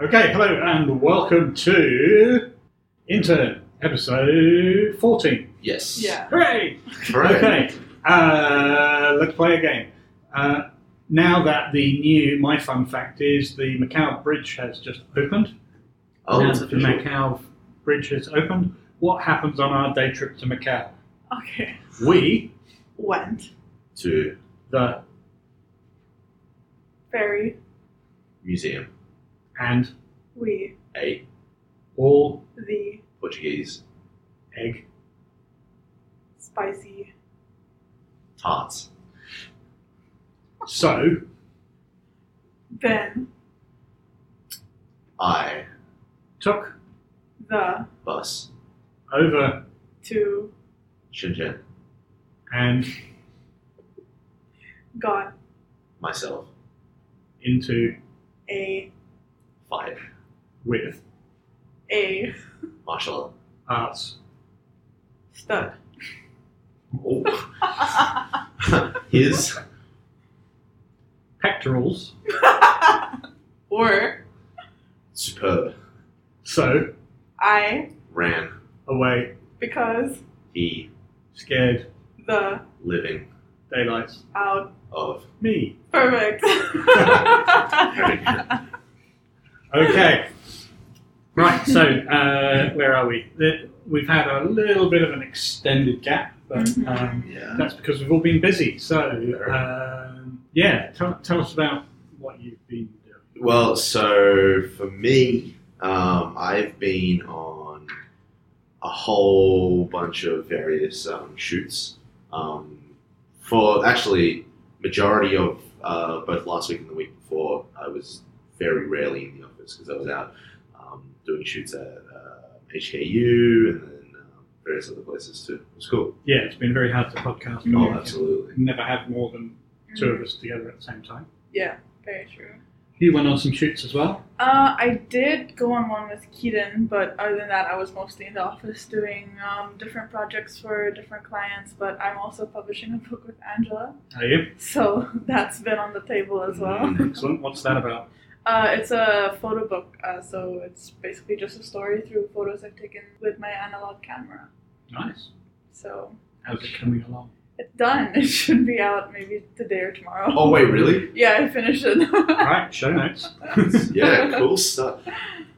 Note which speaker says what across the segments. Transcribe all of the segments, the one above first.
Speaker 1: Okay, hello and welcome to Intern episode 14.
Speaker 2: Yes.
Speaker 3: Yeah.
Speaker 1: Hooray!
Speaker 2: Hooray.
Speaker 1: Okay, uh, let's play a game. Uh, now that the new, my fun fact is the Macau Bridge has just opened.
Speaker 2: Oh,
Speaker 1: now
Speaker 2: it's
Speaker 1: that the
Speaker 2: official.
Speaker 1: Macau Bridge has opened, what happens on our day trip to Macau?
Speaker 3: Okay.
Speaker 1: We,
Speaker 3: Went.
Speaker 2: To
Speaker 1: the,
Speaker 3: Very.
Speaker 2: museum.
Speaker 1: and
Speaker 3: We.
Speaker 2: A.
Speaker 1: all
Speaker 3: The.
Speaker 2: Portuguese
Speaker 1: egg
Speaker 3: Spicy.
Speaker 2: tarts.
Speaker 1: So,
Speaker 3: Then.
Speaker 2: I.
Speaker 1: took
Speaker 3: The.
Speaker 2: Bus.
Speaker 1: over
Speaker 3: To.
Speaker 2: Shenzhen.
Speaker 1: and
Speaker 3: Got.
Speaker 2: Myself.
Speaker 1: into
Speaker 3: A.
Speaker 2: Five.
Speaker 1: with
Speaker 3: A.
Speaker 2: Martial.
Speaker 1: arts.
Speaker 3: Stud.
Speaker 2: Oh. His
Speaker 1: Pectorals.
Speaker 3: or.
Speaker 2: superb.
Speaker 1: So,
Speaker 3: I.
Speaker 2: Ran.
Speaker 1: away,
Speaker 3: Because.
Speaker 2: He
Speaker 1: scared,
Speaker 3: The.
Speaker 2: living
Speaker 1: daylights,
Speaker 3: Out.
Speaker 2: of.
Speaker 1: me.
Speaker 3: Perfect.
Speaker 2: Very good.
Speaker 1: Okay. Right, so uh, where are we? The, we've had a little bit of an extended gap, but um,
Speaker 2: Yeah.
Speaker 1: that's because we've all been busy. So, um, yeah, tell, tell us about what you've been doing.
Speaker 2: Well, so for me, um, I've been on a whole bunch of various um, shoots um, for actually majority of uh, both last week and the week before. I was very rarely in the office because I was out um, doing shoots at uh, HKU and then um, various other places too. It was cool.
Speaker 1: Yeah, it's been very hard to podcast.
Speaker 3: Mm-hmm.
Speaker 1: when
Speaker 2: Oh,
Speaker 1: we
Speaker 2: absolutely.
Speaker 1: Never had more than two of us together at the same time.
Speaker 3: Yeah. Very true.
Speaker 1: You went on some shoots as well.
Speaker 3: Uh, I did go on one with Keaton, but other than that, I was mostly in the office doing um, different projects for different clients. But I'm also publishing a book with Angela,
Speaker 1: Are you?
Speaker 3: so that's been on the table as well.
Speaker 2: Mm.
Speaker 1: Excellent. What's that about?
Speaker 3: Uh, it's a photo book, uh, so it's basically just a story through photos I've taken with my analog camera.
Speaker 1: Nice.
Speaker 3: So
Speaker 1: How's it coming along?
Speaker 3: it's done. It should be out maybe today or tomorrow.
Speaker 2: Oh wait, really?
Speaker 3: Yeah, I finished it.
Speaker 1: All right, show notes.
Speaker 2: yeah, cool stuff.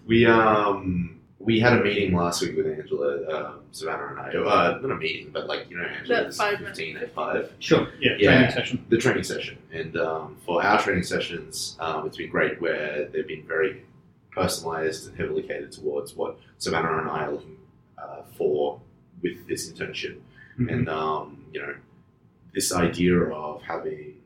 Speaker 2: We um we had a meeting last week with Angela, um, Savannah, and I. Uh, not a meeting, but like you know, Angela
Speaker 3: That
Speaker 2: was
Speaker 3: five
Speaker 2: fifteen
Speaker 3: minute-
Speaker 2: at five.
Speaker 1: Sure. Yeah,
Speaker 2: Yeah.
Speaker 1: training session.
Speaker 2: The training session, and um, for our training sessions, um, it's been great where they've been very personalized and heavily catered towards what Savannah and I are looking uh, for with this internship
Speaker 1: Mm-hmm.
Speaker 2: and um, you know this idea of having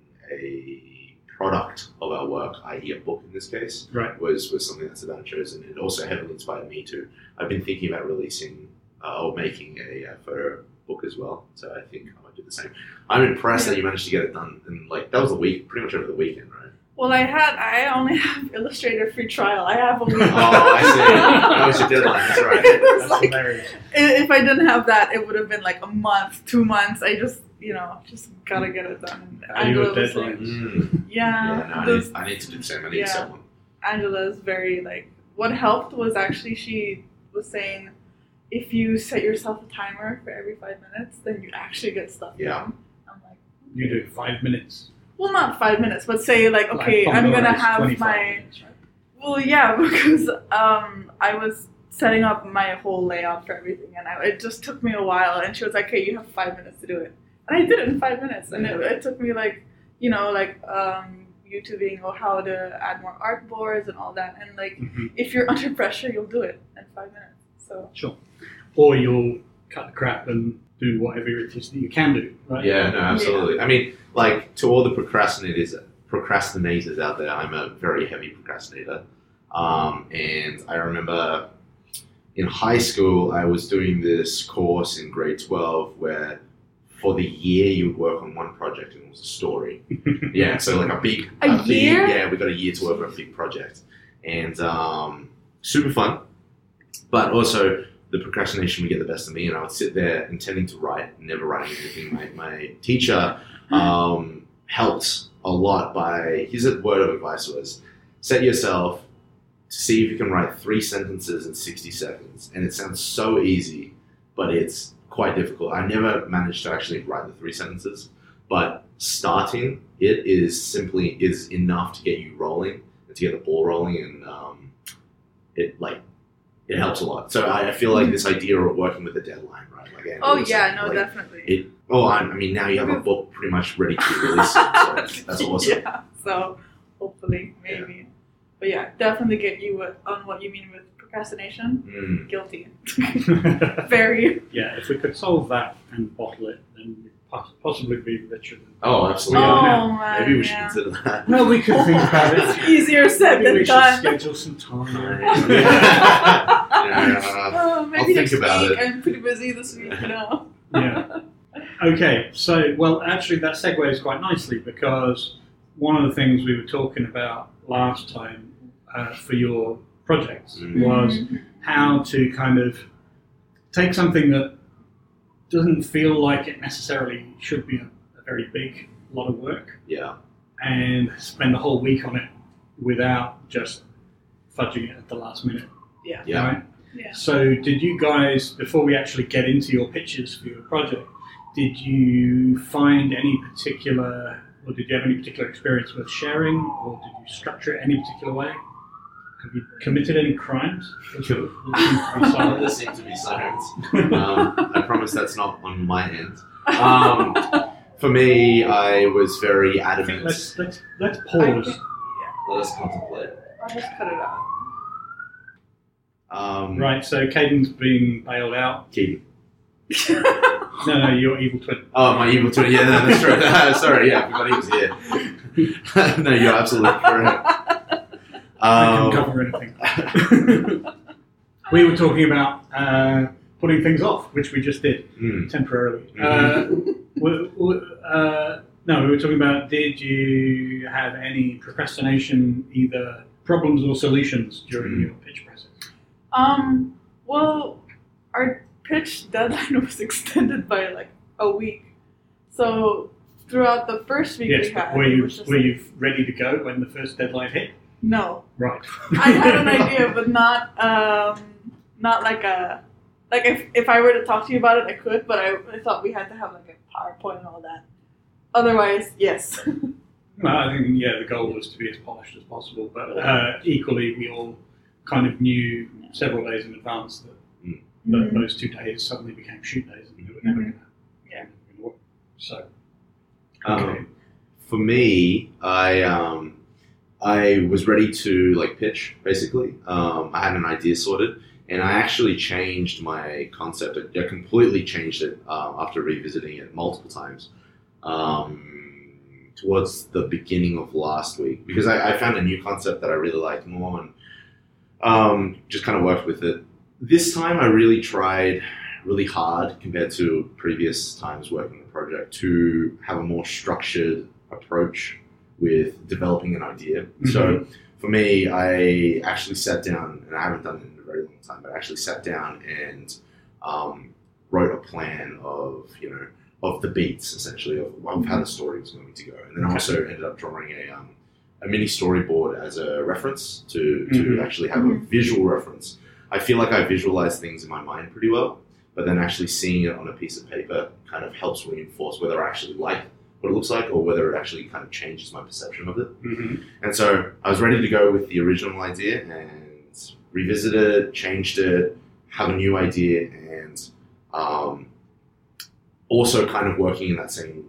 Speaker 2: a product of our work, i.e., a book in this case,
Speaker 1: Right.
Speaker 2: was was something that Savannah chose, and it also heavily inspired me too. I've been thinking about releasing uh, or making a uh, photo book as well, so I think I might do the same. I'm impressed that you managed to get it done, and like that was a week, pretty much over the weekend, right?
Speaker 3: well, I had I only have Illustrator free trial. I have a week.
Speaker 2: oh, I see. That was your deadline. That's
Speaker 3: It
Speaker 2: right.
Speaker 3: was
Speaker 1: That's
Speaker 3: like-
Speaker 1: hilarious.
Speaker 3: I- if I didn't have that, it would have been like a month, two months. I just, you know, just gotta get it done.
Speaker 1: Are you
Speaker 3: Angela
Speaker 1: a
Speaker 3: was
Speaker 1: deadline?
Speaker 3: like,
Speaker 2: Mm.
Speaker 3: yeah.
Speaker 2: Yeah, no, I
Speaker 3: this-
Speaker 2: need, I need to do the same. I need
Speaker 3: Yeah.
Speaker 2: someone.
Speaker 3: Angela is very like. What helped was actually she was saying, if you set yourself a timer for every five minutes, then you actually get stuff
Speaker 2: Yeah.
Speaker 3: done. I'm like,
Speaker 1: You do five minutes.
Speaker 3: well, not five minutes, but say like,
Speaker 1: Like,
Speaker 3: okay, I'm
Speaker 1: Pomodoro
Speaker 3: gonna
Speaker 1: is
Speaker 3: have
Speaker 1: 25
Speaker 3: my.
Speaker 1: minutes, right?
Speaker 3: Well, yeah, because um, I was setting up my whole layout for everything, and I, it just took me a while. And she was like, "Okay, you have five minutes to do it," and I did it in five minutes, and it, it took me like, you know, like um, YouTubing or how to add more art boards and all that. And like,
Speaker 1: Mhm.
Speaker 3: if you're under pressure, you'll do it in five minutes. So
Speaker 1: Or you'll cut the crap and do whatever it is that you can do. Right?
Speaker 2: Yeah, no, absolutely. I mean, like to all the procrastinators, procrastinators out there, I'm a very heavy procrastinator. Um, and I remember in high school, I was doing this course in grade 12 where for the year you would work on one project and it was a story. yeah, so like a big,
Speaker 3: A
Speaker 2: big-
Speaker 3: year?
Speaker 2: yeah, we got a year to work on a big project, and um, super fun. But also the procrastination would get the best of me, and I would sit there intending to write, never writing anything. My, my teacher
Speaker 3: Hmm.
Speaker 2: um, helped a lot by his word of advice was set yourself to see if you can write three sentences in 60 seconds. And it sounds so easy, but it's quite difficult. I never managed to actually write the three sentences, but starting it is simply is enough to get you rolling and to get the ball rolling, and um, it like it helps a lot. So I, I feel like this idea of working with a deadline, right? Like Andrew
Speaker 3: Mm-hmm. Oh
Speaker 2: was
Speaker 3: yeah,
Speaker 2: saying,
Speaker 3: no,
Speaker 2: like,
Speaker 3: definitely.
Speaker 2: it- Oh, I, I mean, now you have a book pretty much ready to release. It, so that's awesome.
Speaker 3: Yeah, so hopefully, maybe. But yeah, definitely get you with- on what you mean with procrastination.
Speaker 2: Mm.
Speaker 3: Guilty.
Speaker 1: yeah,
Speaker 3: Very.
Speaker 1: if we could solve that and bottle it, then we'd pos- possibly be richer than.
Speaker 2: Oh,
Speaker 1: We
Speaker 2: absolutely.
Speaker 1: are now.
Speaker 3: oh, man.
Speaker 2: Maybe we should
Speaker 3: yeah.
Speaker 2: consider that.
Speaker 1: Well, we could think about it.
Speaker 3: It's easier said
Speaker 1: Maybe we
Speaker 3: than
Speaker 1: should
Speaker 3: done.
Speaker 1: schedule some time.
Speaker 2: Yeah. Yeah.
Speaker 3: Oh, maybe
Speaker 2: I'll think
Speaker 3: next
Speaker 2: about it.
Speaker 3: week. I'm pretty busy this week, you know.
Speaker 1: yeah. Okay, so well, actually, that segues quite nicely because one of the things we were talking about last time uh, for your projects
Speaker 2: Mm.
Speaker 1: was how to kind of take something that doesn't feel like it necessarily should be a, a very big lot of work
Speaker 2: Yeah.
Speaker 1: and spend a whole week on it without just fudging it at the last minute.
Speaker 2: Yeah.
Speaker 1: Right?
Speaker 3: Yeah.
Speaker 1: So, did you guys, before we actually get into your pictures for your project, did you find any particular, or did you have any particular experience with sharing, or did you structure it any particular way? Have you committed any crimes?
Speaker 2: Cool.
Speaker 1: Sorry.
Speaker 2: There seems to be sirens. Um, I promise that's not on my end. Um, For me, I was very
Speaker 1: I think
Speaker 2: adamant. Let
Speaker 1: let's, let's, let's pause.
Speaker 2: us contemplate.
Speaker 3: I'll just cut it out.
Speaker 2: Um,
Speaker 1: Right, so Caden's being bailed out.
Speaker 2: Keaton.
Speaker 1: No, no, you're evil twin.
Speaker 2: Oh, my evil twin. Yeah, no, that's right. Sorry, yeah, I forgot he was here. no, you're absolutely correct.
Speaker 1: I
Speaker 2: Um,
Speaker 1: can cover anything. we were talking about uh, putting things off, which we just did.
Speaker 2: mm.
Speaker 1: temporarily.
Speaker 3: Mm-hmm.
Speaker 1: Uh,
Speaker 2: Mhm.
Speaker 1: w- w- uh, no, we were talking about did you have any procrastination, either problems or solutions during
Speaker 2: Mm.
Speaker 1: your pitch process?
Speaker 3: Um, well, our pitch deadline was extended by like a week. So throughout the first week
Speaker 1: yes,
Speaker 3: we
Speaker 1: but
Speaker 3: had,
Speaker 1: were
Speaker 3: it
Speaker 1: you
Speaker 3: was just
Speaker 1: were
Speaker 3: like,
Speaker 1: you ready to go when the first deadline hit?
Speaker 3: no.
Speaker 1: Right.
Speaker 3: I had an idea, but not um, not like a like if if I were to talk to you about it, I could. But I, I thought we had to have like a PowerPoint and all that. Otherwise, yes.
Speaker 1: Well, I think yeah, the goal was to be as polished as possible, but uh, equally we all kind of knew several days in advance that that
Speaker 3: Mm-hmm.
Speaker 1: those two days suddenly became shoot days, and they were never going to.
Speaker 3: Yeah.
Speaker 1: So
Speaker 2: Um,
Speaker 1: okay.
Speaker 2: for me, I um, I was ready to like pitch basically. Um, I had an idea sorted, and I actually changed my concept. I, I completely changed it um, after revisiting it multiple times. Um, towards the beginning of last week, because I, I found a new concept that I really liked more, and um, just kind of worked with it. This time, I really tried really hard compared to previous times working the project to have a more structured approach with developing an idea. So for me, I actually sat down, and I haven't done it in a very long time, but I actually sat down and um, wrote a plan of you know of the beats essentially of, of how the story was going to go, and then I
Speaker 1: Okay.
Speaker 2: also ended up drawing a um, a mini storyboard as a reference to
Speaker 1: Mhm.
Speaker 2: to actually have a
Speaker 3: Mhm.
Speaker 2: visual reference. I feel like I visualize things in my mind pretty well, but then actually seeing it on a piece of paper kind of helps reinforce whether I actually like what it looks like or whether it actually kind of changes my perception of it.
Speaker 1: Mhm.
Speaker 2: And so I was ready to go with the original idea and revisit it, changed it, have a new idea, and um, also kind of working in that same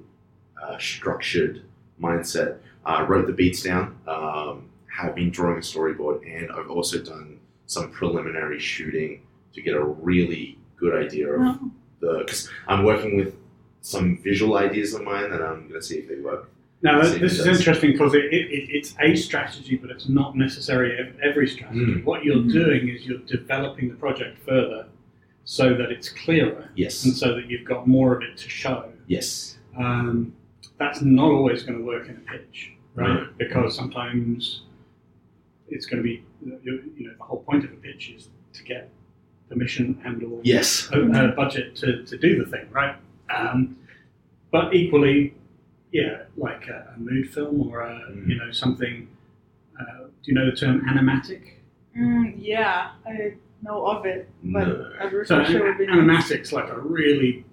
Speaker 2: uh, structured mindset. I wrote the beats down, um, have been drawing a storyboard, and I've also done some preliminary shooting to get a really good idea of
Speaker 3: No.
Speaker 2: the. Because I'm working with some visual ideas of mine that I'm going to see if they work.
Speaker 1: Now,
Speaker 2: Let's see
Speaker 1: this
Speaker 2: if
Speaker 1: is
Speaker 2: that's-
Speaker 1: interesting because it, it, it, it's a strategy, but it's not necessarily ev- every strategy. What you're
Speaker 3: Mhm.
Speaker 1: doing is you're developing the project further so that it's clearer and
Speaker 2: Yes.
Speaker 1: so that you've got more of it to show.
Speaker 2: Yes.
Speaker 1: Um, that's not always going to work in a pitch, right?
Speaker 2: No.
Speaker 1: Because sometimes it's going to be, you you know, the whole point of a pitch is to get permission and or
Speaker 2: Yes.
Speaker 1: a, a budget to, to do the thing, right? Um, but equally, yeah, like a, a mood film or a,
Speaker 2: Mm.
Speaker 1: you know something. Uh, do you know the term animatic?
Speaker 3: Mm, yeah, I know of it, but
Speaker 2: No.
Speaker 3: a
Speaker 1: So
Speaker 3: virtual show would be nice.
Speaker 1: animatic's like a really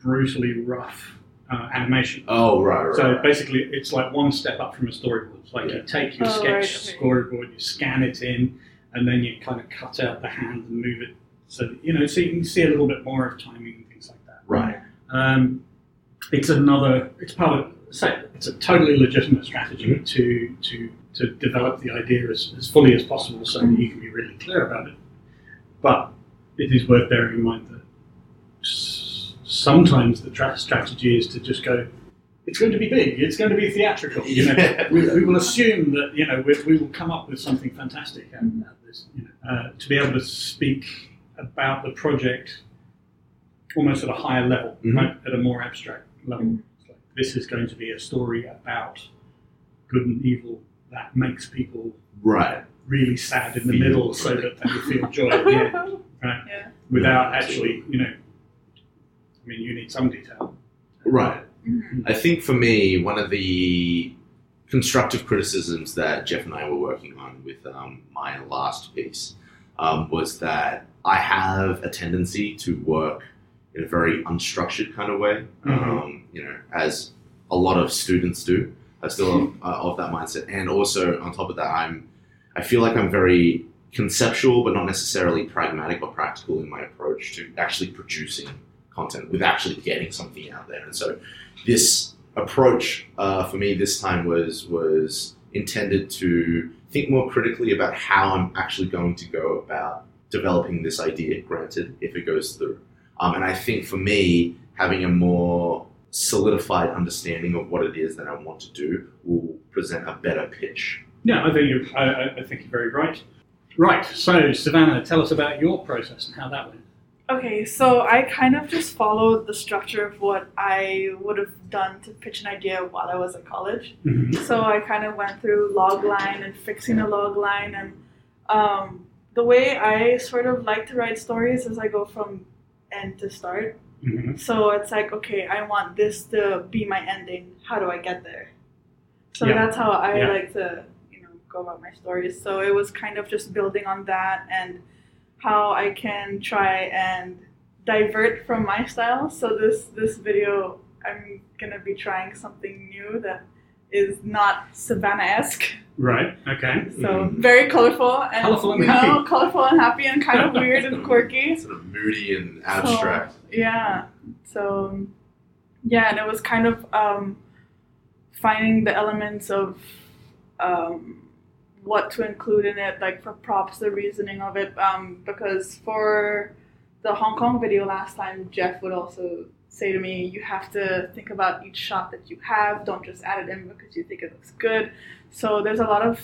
Speaker 1: brutally rough uh, animation.
Speaker 2: Oh right, right.
Speaker 1: So
Speaker 2: right.
Speaker 1: basically, it's like one step up from a storyboard. It's Like you take your
Speaker 3: Oh,
Speaker 1: sketch
Speaker 3: right, okay.
Speaker 1: storyboard, you scan it in, and then you kind of cut out the hand and move it. So that, you know, so you can see a little bit more of timing and things like that.
Speaker 2: right.
Speaker 1: Um, it's another. It's part of. So it's a totally legitimate strategy to to to develop the idea as, as fully as possible, so that you can be really clear about it. But it is worth bearing in mind that s- sometimes the tra- strategy is to just go. It's going to be big. It's going to be theatrical. You know,
Speaker 2: Yeah.
Speaker 1: we, we will assume that you know we, we will come up with something fantastic out
Speaker 2: Mm-hmm.
Speaker 1: of this. You know, uh, to be able to speak about the project almost at a higher level,
Speaker 2: Mhm.
Speaker 1: right, at a more abstract level.
Speaker 3: Mhm.
Speaker 2: Mm-hmm.
Speaker 1: It's like, this is going to be a story about good and evil that makes people
Speaker 2: Right.
Speaker 1: really sad in the
Speaker 2: Feel
Speaker 1: middle,
Speaker 2: joy.
Speaker 1: so that they feel joy at the end, without actually, you know. I mean, you need some detail.
Speaker 2: Right.
Speaker 3: Mhm.
Speaker 2: I think for me, one of the constructive criticisms that Jeff and I were working on with um, my last piece um, was that I have a tendency to work in a very unstructured kind of way, um, you know, as a lot of students do. I'm still of, uh, of that mindset, and also on top of that, I'm I feel like I'm very conceptual, but not necessarily pragmatic or practical in my approach to actually producing content with actually getting something out there. And so, this approach uh, for me this time was was intended to think more critically about how I'm actually going to go about developing this idea. Granted, if it goes through, um, and I think for me having a more solidified understanding of what it is that I want to do will present a better pitch.
Speaker 1: Yeah, I think you're, I, I- I think you're very right. Right. So, Savannah, tell us about your process and how that went.
Speaker 3: Okay, so I kind of just followed the structure of what I would have done to pitch an idea while I was at college.
Speaker 1: Mm-hmm.
Speaker 3: So I kind of went through log line and fixing a log line, and um, the way I sort of like to write stories is I go from end to start.
Speaker 1: Mhm.
Speaker 3: So it's like, okay, I want this to be my ending. How do I get there? So
Speaker 1: Yeah.
Speaker 3: that's how I
Speaker 1: Yeah.
Speaker 3: like to, you know, go about my stories. So it was kind of just building on that and how I can try and divert from my style. So this this video, I'm gonna be trying something new that is not Savannah-esque.
Speaker 1: Right. Okay.
Speaker 3: So
Speaker 2: Mhm.
Speaker 3: very colorful and
Speaker 1: Mm. Colorful and
Speaker 3: you know,
Speaker 1: happy.
Speaker 3: colorful and happy and kind of weird and quirky.
Speaker 2: Sort of moody and abstract.
Speaker 3: Yeah. So, yeah, and it was kind of um, finding the elements of um, what to include in it, like for props, the reasoning of it, um, because for the Hong Kong video last time, Jeff would also say to me, you have to think about each shot that you have. Don't just add it in because you think it looks good. So there's a lot of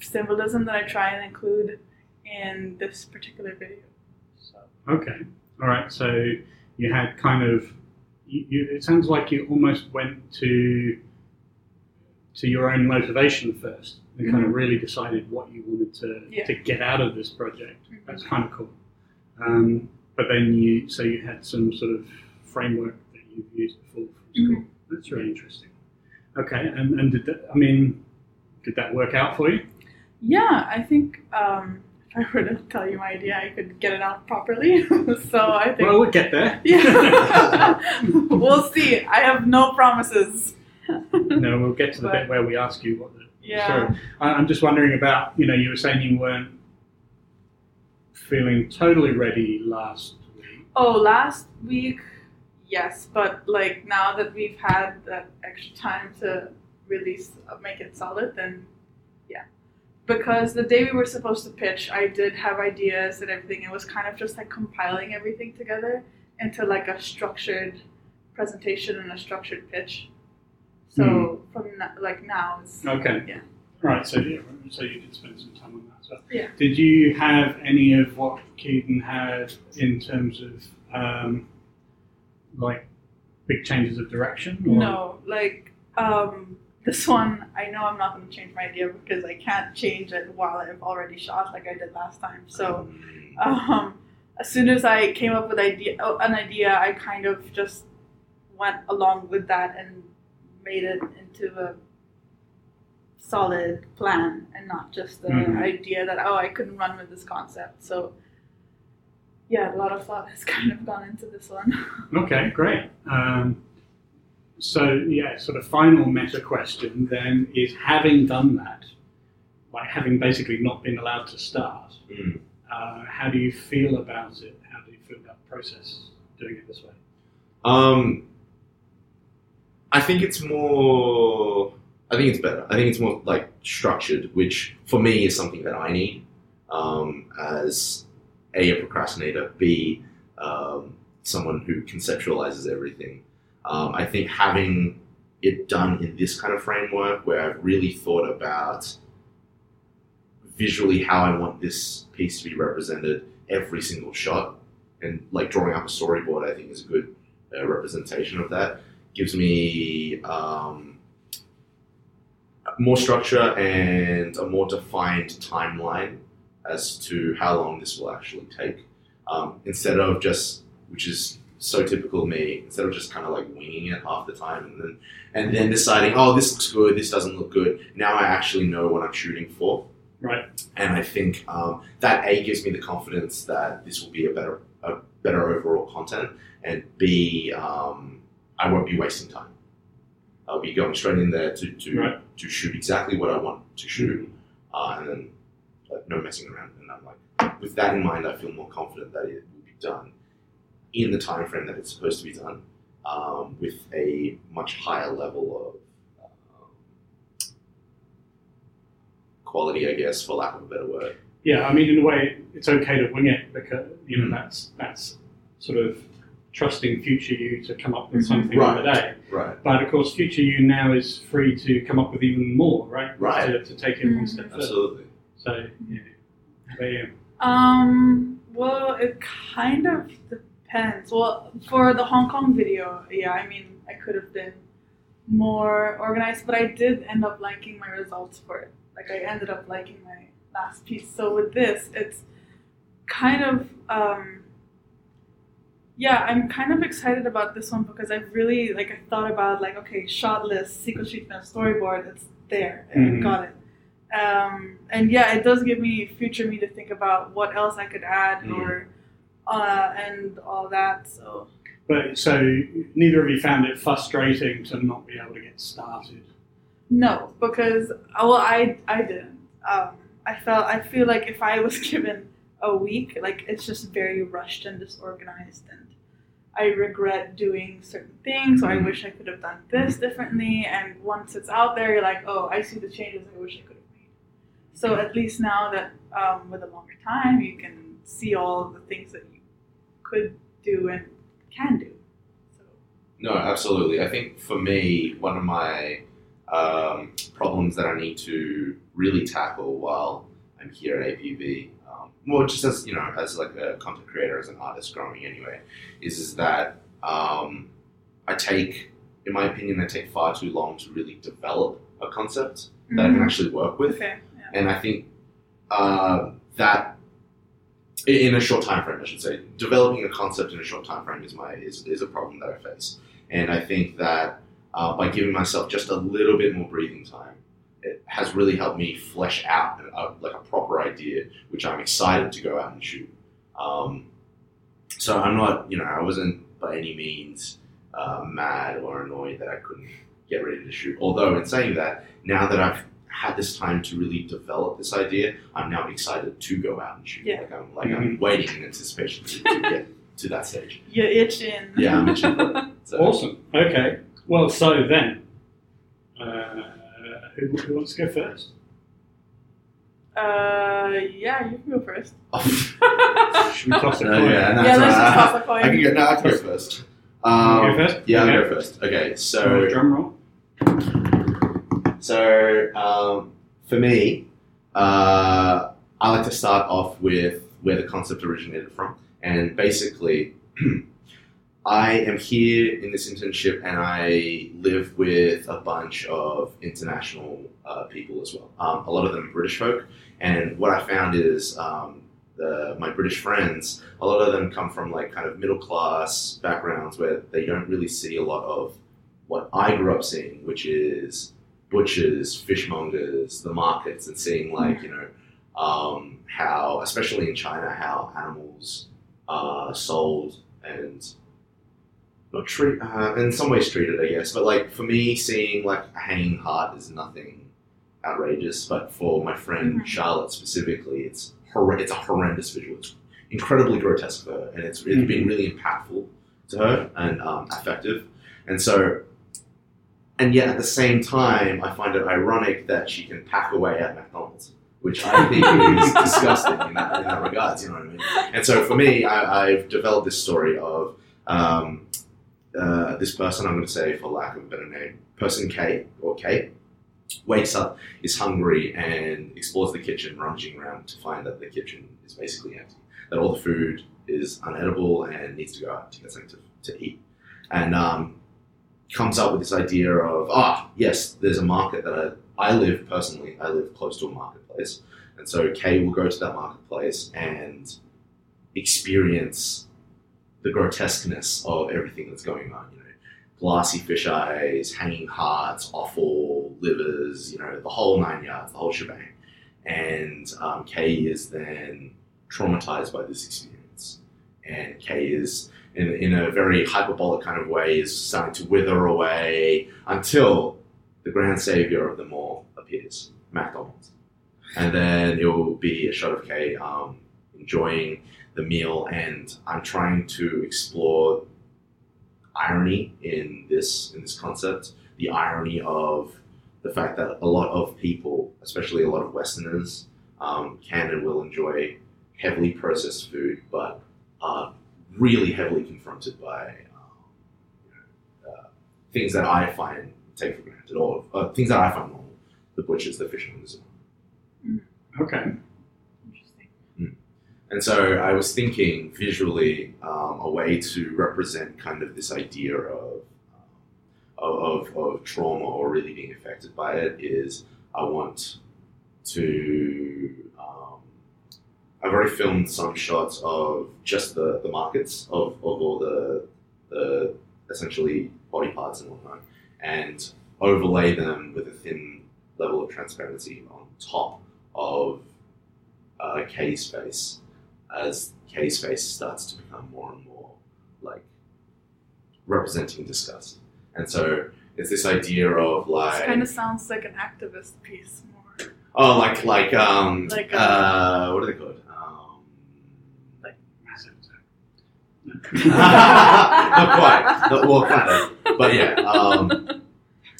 Speaker 3: symbolism that I try and include in this particular video. So.
Speaker 1: Okay. All right. So you had kind of. You, you, it sounds like you almost went to to your own motivation first, and kind of really decided what you wanted to
Speaker 3: Mm-hmm. Yeah. Mm-hmm.
Speaker 1: to get out of this project. That's kind of cool. Um, but then you, so you had some sort of framework that you've used before from school.
Speaker 3: Mm-hmm.
Speaker 1: That's really interesting. Okay, and, and did that, I mean, did that work out for you?
Speaker 3: Yeah, I think um, if I were to tell you my idea, I could get it out properly. so I think.
Speaker 1: Well, we'll get there.
Speaker 3: yeah. we'll see. I have no promises.
Speaker 1: no, we'll get to the bit
Speaker 3: But-
Speaker 1: where we ask you what the
Speaker 3: Yeah.
Speaker 1: So I- I'm just wondering about, you know, you were saying you weren't feeling totally ready last week.
Speaker 3: Oh, last week, yes, but like now that we've had that extra time to release, uh, make it solid, then yeah. Because the day we were supposed to pitch, I did have ideas and everything. It was kind of just like compiling everything together into like a structured presentation and a structured pitch. So from na- like now, it's
Speaker 1: Okay.
Speaker 3: Yeah.
Speaker 1: Right, so yeah, so you did spend some time on that as well.
Speaker 3: Yeah.
Speaker 1: Did you have any of what Keaton had in terms of um, like big changes of direction? Or?
Speaker 3: No, like um, this one, I know I'm not going to change my idea because I can't change it while I've already shot like I did last time. So
Speaker 2: Mm.
Speaker 3: um, as soon as I came up with idea, oh, an idea, I kind of just went along with that and made it into a solid plan and not just the
Speaker 1: Mhm.
Speaker 3: idea that oh I couldn't run with this concept. So yeah, a lot of thought has kind of gone into this one.
Speaker 1: Okay, great. Um, so, yeah, sort of final meta question then is having done that, like having basically not been allowed to start,
Speaker 2: Mm.
Speaker 1: uh, how do you feel about it? How do you feel about the process doing it this way?
Speaker 2: Um, I think it's more. I think it's better. I think it's more like structured, which for me is something that I need um, as a, a procrastinator, b um, someone who conceptualizes everything. Um, I think having it done in this kind of framework, where I've really thought about visually how I want this piece to be represented, every single shot, and like drawing up a storyboard, I think is a good uh, representation of that gives me um, more structure and a more defined timeline as to how long this will actually take um, instead of just which is so typical of me instead of just kind of like winging it half the time and then and then deciding oh this looks good this doesn't look good now i actually know what i'm shooting for
Speaker 1: Right.
Speaker 2: and i think um, that a gives me the confidence that this will be a better a better overall content and B, um, I won't be wasting time. I'll be going straight in there to to,
Speaker 1: Right.
Speaker 2: to shoot exactly what I want to shoot, uh, and then like no messing around. And I'm like, with that in mind, I feel more confident that it will be done in the time frame that it's supposed to be done, um, with a much higher level of um, quality, I guess, for lack of a better word.
Speaker 1: Yeah, I mean, in a way, it's okay to wing it because you know
Speaker 2: Mm.
Speaker 1: that's that's sort of trusting future you to come up with
Speaker 3: Mhm.
Speaker 1: something
Speaker 2: Mm-hmm. Right.
Speaker 1: on the day.
Speaker 2: Right.
Speaker 1: But of course, future you now is free to come up with even more, right?
Speaker 2: Right.
Speaker 1: To, to take it one
Speaker 3: Mm.
Speaker 1: step further.
Speaker 2: Absolutely.
Speaker 1: So, yeah. But, yeah.
Speaker 3: Um well it kind of depends. Well for the Hong Kong video, yeah, I mean I could have been more organized, but I did end up liking my results for it. Like I ended up liking my last piece. So with this, it's kind of um, yeah, I'm kind of excited about this one because I've really like I thought about like okay, shot list, sequence treatment, storyboard. It's there,
Speaker 1: Mhm.
Speaker 3: I got it. Um, and yeah, it does give me future me to think about what else I could add
Speaker 2: Mhm.
Speaker 3: or uh, and all that. So
Speaker 1: but so neither of you found it frustrating to not be able to get started.
Speaker 3: No, because uh, well, I I didn't. Um, I felt I feel like if I was given a week, like it's just very rushed and disorganized, and I regret doing certain things. Or I
Speaker 2: Mhm.
Speaker 3: wish I could have done this differently. And once it's out there, you're like, oh, I see the changes I wish I could have made. So at least now that um, with a longer time, you can see all the things that you could do and can do. So
Speaker 2: No, absolutely. I think for me, one of my um, problems that I need to really tackle while I'm here at APV, um, well, just as you know, as like a content creator, as an artist growing anyway, is is that um, I take, in my opinion, I take far too long to really develop a concept that I can actually work with
Speaker 3: mm-hmm. okay, yeah.
Speaker 2: and I think uh, that i- in a short time frame, I should say, developing a concept in a short time frame is my is, is a problem that I face, and I think that uh, by giving myself just a little bit more breathing time, it has really helped me flesh out a, a- like a proper idea, which I'm excited to go out and shoot. Um, so I'm not, you know, I wasn't by any means uh, mad or annoyed that I couldn't get ready to shoot. Although in saying that, now that I've had this time to really develop this idea, I'm now excited to go out and shoot.
Speaker 3: Yeah.
Speaker 2: Like I'm like I'm waiting in anticipation to, to get to that stage.
Speaker 3: You're itching.
Speaker 2: Yeah, I'm itching for So,
Speaker 1: Awesome. Okay. Well, so then, uh, who, who wants to go first?
Speaker 3: Uh, yeah, you can go first.
Speaker 2: oh,
Speaker 1: Should we toss a
Speaker 2: No,
Speaker 1: coin?
Speaker 2: Uh, yeah, no,
Speaker 3: yeah,
Speaker 2: it's
Speaker 3: let's
Speaker 2: all
Speaker 3: just
Speaker 2: right.
Speaker 3: toss a
Speaker 2: I can
Speaker 3: coin.
Speaker 2: go. No, I can go first.
Speaker 1: You
Speaker 2: Um,
Speaker 1: go first.
Speaker 2: Yeah,
Speaker 1: Okay.
Speaker 2: I'll go first. Okay, so
Speaker 1: Uh, drum roll.
Speaker 2: So um, for me, uh, I like to start off with where the concept originated from, and basically, I am here in this internship, and I live with a bunch of international uh, people as well. Um, a lot of them are British folk, and what I found is. Um, the, my British friends, a lot of them come from like kind of middle class backgrounds where they don't really see a lot of what I grew up seeing, which is butchers, fishmongers, the markets, and seeing like you know um, how, especially in China, how animals are sold and not treat uh, in some ways treated, I guess. But like for me, seeing like a hanging heart is nothing outrageous, but for my friend
Speaker 3: Mhm.
Speaker 2: Charlotte specifically, it's hor- it's a horrendous visual. It's incredibly grotesque for her, and it's really been really impactful to her and um, effective. And so, and yet at the same time, I find it ironic that she can pack away at McDonald's, which I think is disgusting in that, in that regards. You know what I mean? And so for me, I, I've developed this story of um, uh, this person, I'm going to say for lack of a better name, person Kate or Kate, wakes up, is hungry, and explores the kitchen, rummaging around to find that the kitchen is basically empty, that all the food is unedible and needs to go out to get something to, to eat. And um, comes up with this idea of, ah, yes, there's a market that I, I live personally, I live close to a marketplace. And so Kay will go to that marketplace and experience the grotesqueness of everything that's going on. You know, glassy fish eyes, hanging hearts, offal, livers, you know, the whole nine yards, the whole shebang. And um, Kay is then traumatized by this experience. And Kay is, in, in a very hyperbolic kind of way, is starting to wither away until the grand savior of them all appears, McDonald's. And then it will be a shot of Kay um, enjoying the meal and I'm trying to explore irony in this in this concept the irony of the fact that a lot of people especially a lot of westerners um, can and will enjoy heavily processed food but are really heavily confronted by um, you know, uh, things that I find take for granted or uh, things that I find normal the butchers the fishermen
Speaker 1: Okay.
Speaker 3: Interesting.
Speaker 2: And so I was thinking visually um, a way to represent kind of this idea of, um, of, of, of trauma or really being affected by it is I want to. Um, I've already filmed some shots of just the, the markets of, of all the, the essentially body parts and whatnot and overlay them with a thin level of transparency on top of uh, Kay's face as Kay's face starts to become more and more like representing disgust. And so it's this idea of
Speaker 3: This
Speaker 2: like
Speaker 3: kind of sounds like an activist piece more.
Speaker 2: oh like like um
Speaker 3: Like,
Speaker 2: uh, what are they called? Um,
Speaker 1: Massive attack.
Speaker 2: not quite. Not, well, kind of. But yeah. Um,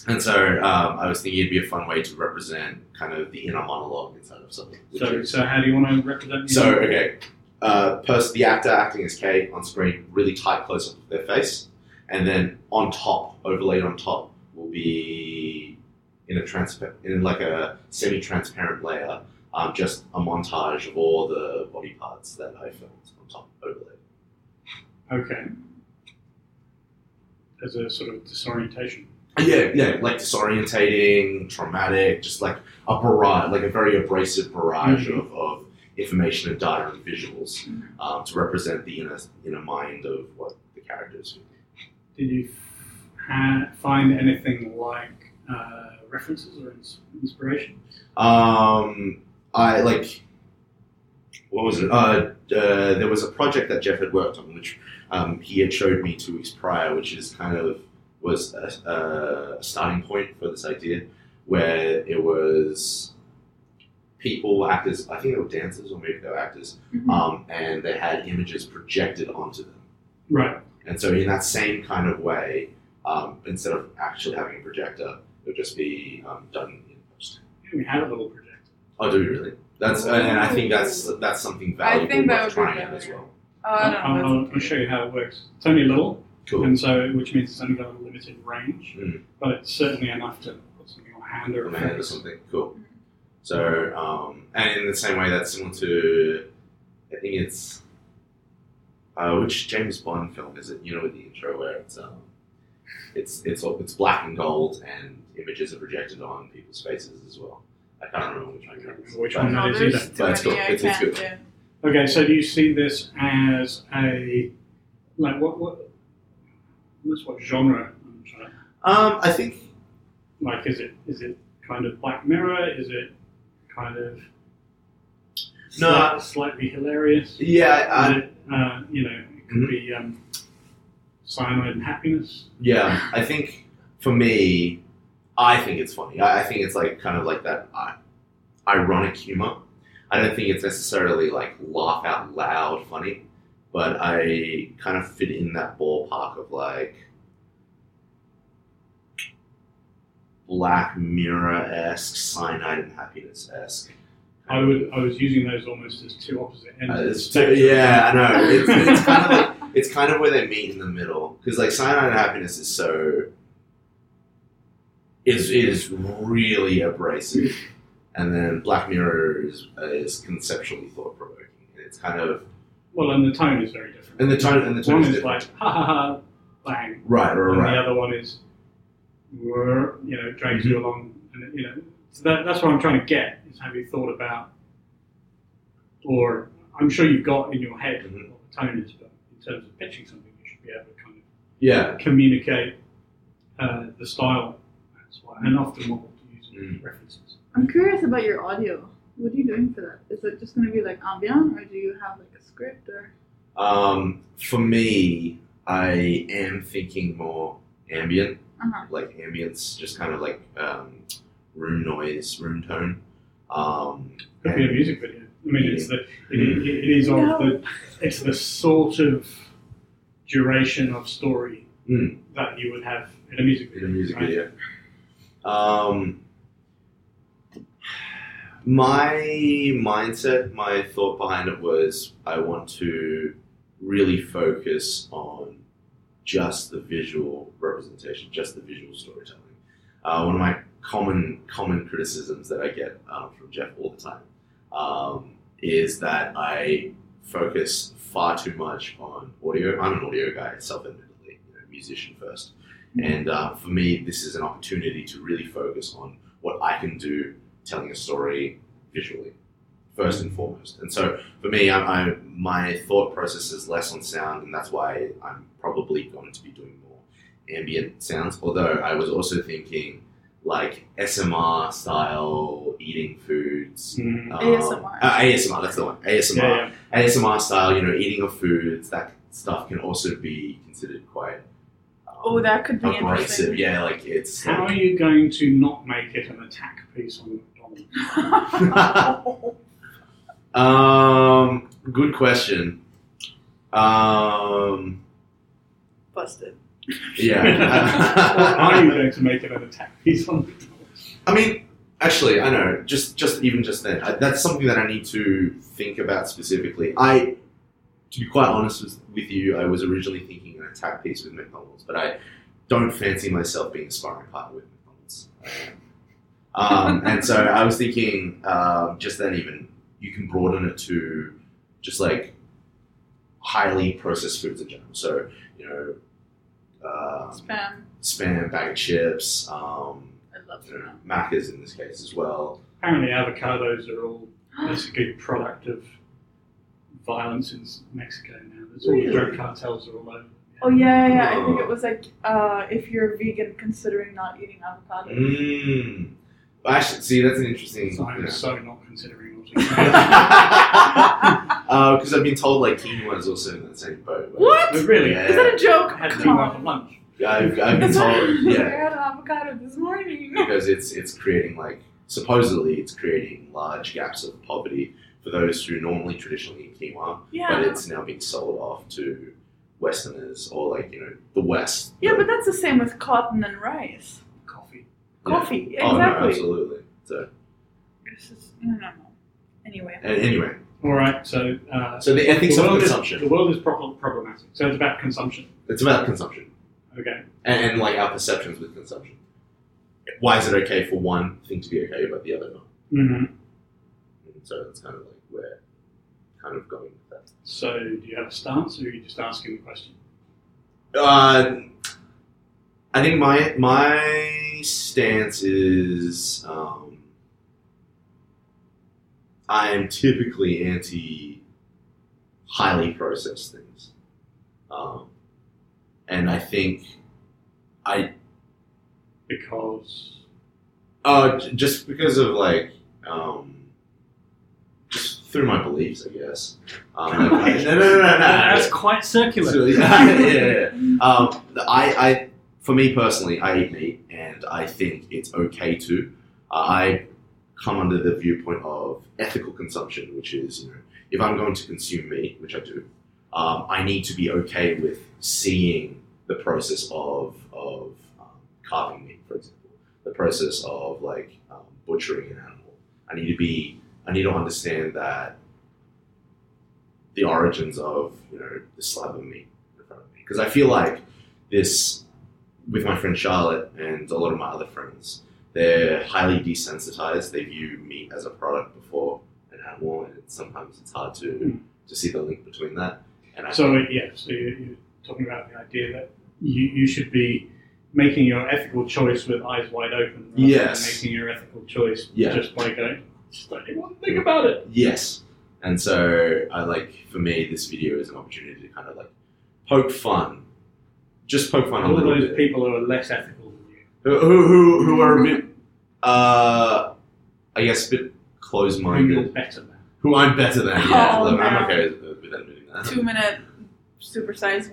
Speaker 2: and so um, I was thinking it'd be a fun way to represent kind of the inner monologue inside of something. which
Speaker 1: so,
Speaker 2: is-
Speaker 1: so how do you want to represent?
Speaker 2: So okay, uh, pers- the actor acting as Kate on screen, really tight close up of their face, and then on top, overlaid on top, will be in a transparent, in like a semi-transparent layer, um, just a montage of all the body parts that I filmed on top overlaid.
Speaker 1: Okay. As a sort of disorientation.
Speaker 2: Yeah, yeah, like disorientating, traumatic, just like a barrage, like a very abrasive barrage of, of information and data and visuals um, to represent the inner, inner mind of what the character is feeling.
Speaker 1: Did you f- ha- find anything like uh, references or ins- inspiration?
Speaker 2: Um, I like. What was it? Uh, uh, there was a project that Jeff had worked on, which um, he had showed me two weeks prior, which is kind of was a, a starting point for this idea, where it was people, actors. I think they were dancers, or maybe they were actors,
Speaker 3: Mhm.
Speaker 2: um, and they had images projected onto them.
Speaker 1: Right.
Speaker 2: And so, in that same kind of way, um, instead of actually having a projector, it would just be um, done in post.
Speaker 1: Yeah, we had a little projector.
Speaker 2: Oh, do we really? That's and I think that's that's something valuable
Speaker 3: I think that
Speaker 2: worth
Speaker 3: would be
Speaker 2: trying out as
Speaker 3: better.
Speaker 2: well.
Speaker 3: Oh, I don't know.
Speaker 1: I'll, I'll, I'll show you how it works. It's only a little,
Speaker 2: Cool.
Speaker 1: and so which means it's only got a limited range,
Speaker 2: Mm.
Speaker 1: but it's certainly enough to put something on hand or
Speaker 2: A
Speaker 1: a
Speaker 2: man or
Speaker 1: face.
Speaker 2: something. Cool. So um, and in the same way, that's similar to I think it's uh, which James Bond film is it? You know, with the intro where it's um, it's it's all- it's black and gold and images are projected on people's faces as well. I can't remember which
Speaker 1: I
Speaker 2: one.
Speaker 1: can't
Speaker 2: it is,
Speaker 1: remember which
Speaker 2: but-
Speaker 1: one that
Speaker 3: No,
Speaker 1: is
Speaker 3: there's
Speaker 1: either.
Speaker 3: too
Speaker 2: That's
Speaker 3: many
Speaker 2: cool.
Speaker 3: I
Speaker 2: It's- it's
Speaker 3: can't
Speaker 2: good.
Speaker 3: do.
Speaker 1: Okay, so do you see this as a like what what? That's what genre? I'm trying to-
Speaker 2: Um, I think
Speaker 1: Like, is it is it kind of Black Mirror? Is it kind of
Speaker 2: No.
Speaker 1: slight- slightly hilarious?
Speaker 2: Yeah, I,
Speaker 1: Is it, uh, you know, it could
Speaker 2: Mhm.
Speaker 1: be um, cyanide and happiness.
Speaker 2: Yeah, I think for me, I think it's funny. I, I think it's like kind of like that uh, ironic humor. I don't think it's necessarily like laugh out loud funny, but I kind of fit in that ballpark of like Black Mirror esque, cyanide and happiness esque.
Speaker 1: I would I was using those almost as two opposite ends.
Speaker 2: Uh,
Speaker 1: of the
Speaker 2: it's
Speaker 1: spectrum.
Speaker 2: yeah, I know. It's, it's kind of like, it's kind of where they meet in the middle because like cyanide and happiness is so is is really abrasive, and then Black Mirror is, uh, is conceptually thought provoking. It's kind of
Speaker 1: Well, and the tone is very different.
Speaker 2: and the tone and the
Speaker 1: one
Speaker 2: tone is
Speaker 1: is
Speaker 2: different.
Speaker 1: like ha ha ha, bang,
Speaker 2: right, right,
Speaker 1: and the
Speaker 2: right.
Speaker 1: other one is, whir, you know, drags you along, and you know, so that, that's what I'm trying to get is have you thought about, or I'm sure you've got in your head
Speaker 2: Mhm.
Speaker 1: what the tone is, but in terms of pitching something, you should be able to kind of
Speaker 2: Yeah,
Speaker 1: communicate uh, the style. That's why, and often what we'll use is
Speaker 2: Mm.
Speaker 1: references.
Speaker 3: I'm curious about your audio. What are you doing for that? Is it just gonna be like ambient, or do you have like a script, or
Speaker 2: um, for me, I am thinking more ambient.
Speaker 3: uh-huh.
Speaker 2: like ambience, just kind of like um, room noise, room tone. Um,
Speaker 1: Could be a
Speaker 2: and-
Speaker 1: music video. I mean, it's the it, it, it is of
Speaker 3: No.
Speaker 1: the it's the sort of duration of story
Speaker 2: Mm.
Speaker 1: that you would have in a music
Speaker 2: in
Speaker 1: video.
Speaker 2: a music
Speaker 1: right?
Speaker 2: video. Um, my mindset, my thought behind it was I want to really focus on just the visual representation, just the visual storytelling. Uh, one of my common common criticisms that I get um, from Jeff all the time um, is that I focus far too much on audio. I'm an audio guy, self-admittedly, you know, musician first. And uh, for me, this is an opportunity to really focus on what I can do telling a story visually, first and foremost. And so for me, I, I, my thought process is less on sound, and that's why I'm probably going to be doing more ambient sounds. Although I was also thinking like SMR style eating foods.
Speaker 1: Mm.
Speaker 2: um,
Speaker 3: ASMR.
Speaker 2: uh, ASMR, that's the one. ASMR.
Speaker 1: Yeah, yeah.
Speaker 2: ASMR style, you know, eating of foods, that stuff can also be considered quite. um,
Speaker 3: Oh, that could be
Speaker 2: abrasive.
Speaker 3: interesting.
Speaker 2: Yeah, like it's.
Speaker 1: How are
Speaker 2: Like,
Speaker 1: you going to not make it an attack piece on McDonald's?
Speaker 2: um, good question. Um,
Speaker 3: Busted.
Speaker 1: Or are you
Speaker 2: yeah.
Speaker 1: going to make it an attack piece on McDonald's?
Speaker 2: I mean, actually, I know. Just, just even just then, I, that's something that I need to think about specifically. I, to be quite honest with, with you, I was originally thinking an attack piece with McDonald's, but I don't fancy myself being a sparring partner with McDonald's. Um, and so I was thinking, um, just then, even you can broaden it to just like highly processed foods in general. So you know, uh,
Speaker 3: Spam.
Speaker 2: spam, bag of chips. Um,
Speaker 3: I love
Speaker 2: you know, Macca's in this case as well.
Speaker 1: Apparently, avocados are all that's a good product of violence in Mexico now. That's all the drug
Speaker 2: Really?
Speaker 1: cartels are all over.
Speaker 3: Oh yeah, yeah, yeah. I think it was like uh, if you're vegan, considering not eating avocado.
Speaker 1: Mm.
Speaker 2: Mmm. Actually, see, that's an interesting.
Speaker 1: So I'm
Speaker 2: Because
Speaker 1: so not considering what
Speaker 2: Uh, I've been told like quinoa is also in that same boat. but-
Speaker 3: What?
Speaker 1: But really,
Speaker 2: Yeah.
Speaker 3: Is that a joke?
Speaker 1: I had
Speaker 3: Come
Speaker 1: quinoa for
Speaker 3: on.
Speaker 1: lunch.
Speaker 2: Yeah, I've, I've been
Speaker 3: That's what-
Speaker 2: told. Yeah,
Speaker 3: I had an avocado this morning.
Speaker 2: because it's it's creating like supposedly it's creating large gaps of poverty for those who normally traditionally eat quinoa,
Speaker 3: Yeah.
Speaker 2: but it's now being sold off to Westerners or like you know the West.
Speaker 3: yeah, but that's the same with cotton and rice.
Speaker 1: Coffee.
Speaker 2: Yeah.
Speaker 3: Coffee,
Speaker 2: oh no,
Speaker 3: exactly.
Speaker 2: absolutely. So
Speaker 3: This is- no, no, no. Anyway.
Speaker 2: a- anyway,
Speaker 1: All right, so uh,
Speaker 2: so the ethics
Speaker 1: the
Speaker 2: of
Speaker 1: world is-
Speaker 2: consumption.
Speaker 1: the world is prob- problematic. So it's about consumption.
Speaker 2: It's about consumption.
Speaker 1: Okay.
Speaker 2: and, and like our perceptions with consumption. Why is it okay for one thing to be okay but the other not?
Speaker 1: Mm-hmm.
Speaker 2: And so that's kind of like where kind of going with that.
Speaker 1: So do you have a stance, or are you just asking the question?
Speaker 2: Uh, I think my my stance is um, I am typically anti highly processed things, um, and I think I
Speaker 1: Because
Speaker 2: Uh, j- just because of like, um, just through my beliefs, I guess. Um, like, no, no, no, no, no.
Speaker 1: That's quite circular.
Speaker 2: So, yeah, yeah, yeah. Um, I, I, for me personally, I eat meat, and I think it's okay to. I come under the viewpoint of ethical consumption, which is, you know, if I'm going to consume meat, which I do, um, I need to be okay with seeing the process of of um, carving meat, for example, the process of like um, butchering an animal. I need to be, I need to understand that the origins of you know the slab of meat in front of me because I feel like this with my friend Charlotte and a lot of my other friends they're highly desensitized they view meat as a product before an animal and it's, sometimes it's hard to to see the link between that and I
Speaker 1: Hmm. So yeah, so you're, you're talking about the idea that you, you should be making your ethical choice with eyes wide open. rather than
Speaker 2: Yes.
Speaker 1: Making your ethical choice
Speaker 2: Yeah.
Speaker 1: just by going, just don't even think about it.
Speaker 2: Yes. And so I like for me this video is an opportunity to kind of like poke fun. Just poke fun a
Speaker 1: All
Speaker 2: little
Speaker 1: those
Speaker 2: bit.
Speaker 1: people who are less ethical than you.
Speaker 2: Who who who are a bit uh I guess a bit close
Speaker 1: who you're
Speaker 2: minded.
Speaker 1: better than.
Speaker 2: Who I'm better than. Yeah,
Speaker 3: Oh,
Speaker 2: look,
Speaker 3: no.
Speaker 2: I'm okay with, with admitting
Speaker 3: Two minute supersize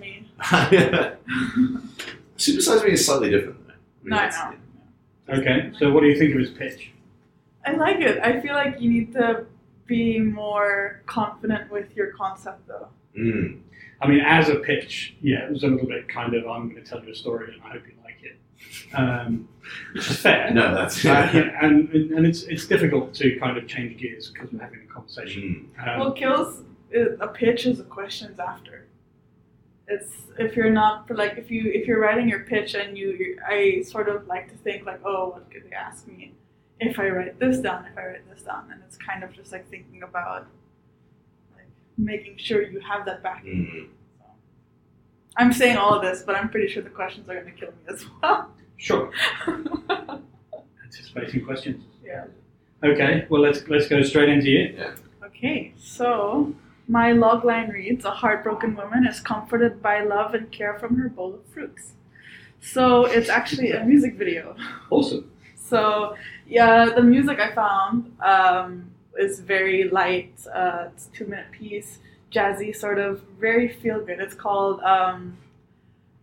Speaker 3: me.
Speaker 2: that. Supersize me is slightly different though. I mean,
Speaker 3: No, I
Speaker 2: that's-
Speaker 1: Okay, so what do you think of his pitch?
Speaker 3: I like it. I feel like you need to be more confident with your concept though.
Speaker 2: Mm.
Speaker 1: I mean, as a pitch, yeah, it was a little bit kind of, I'm going to tell you a story and I hope you like it. Um, which is fair.
Speaker 2: No, that's
Speaker 1: Uh, yeah, and, and and it's it's difficult to kind of change gears because we're having a conversation.
Speaker 2: Mm.
Speaker 1: Um,
Speaker 3: Well, kills is- a pitch is the questions after. It's if you're not like if you if you're writing your pitch and you you I sort of like to think like oh what could they ask me if I write this down if I write this down and it's kind of just like thinking about like making sure you have that back.
Speaker 2: Mm.
Speaker 3: I'm saying all of this, but I'm pretty sure the questions are going to kill me as well.
Speaker 1: sure. Anticipating questions.
Speaker 3: Yeah.
Speaker 1: Okay. Well, let's let's go straight into you.
Speaker 3: Okay, so my logline reads A heartbroken woman is comforted by love and care from her bowl of fruits. So it's actually a music video.
Speaker 1: Awesome.
Speaker 3: So, yeah, the music I found um, is very light, uh, it's a two minute piece, jazzy, sort of very feel good. It's called um,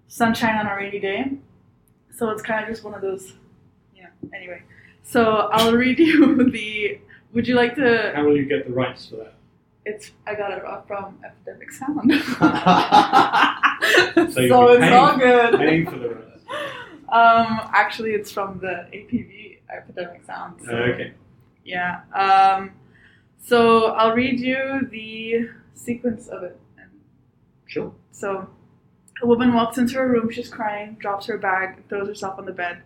Speaker 3: Sunshine on a Rainy Day. So it's kind of just one of those, you know, anyway. So I'll read you the. Would you like to
Speaker 1: How will you get the rights for that?
Speaker 3: it's I got it off from Epidemic Sound.
Speaker 1: So
Speaker 3: so
Speaker 1: you'll be
Speaker 3: it's all good.
Speaker 1: Paying for the rights.
Speaker 3: Um, actually, it's from the APV Epidemic Sound. So,
Speaker 1: Okay.
Speaker 3: Yeah. Um, so I'll read you the sequence of it.
Speaker 1: Sure.
Speaker 3: So a woman walks into her room. She's crying. Drops her bag. Throws herself on the bed.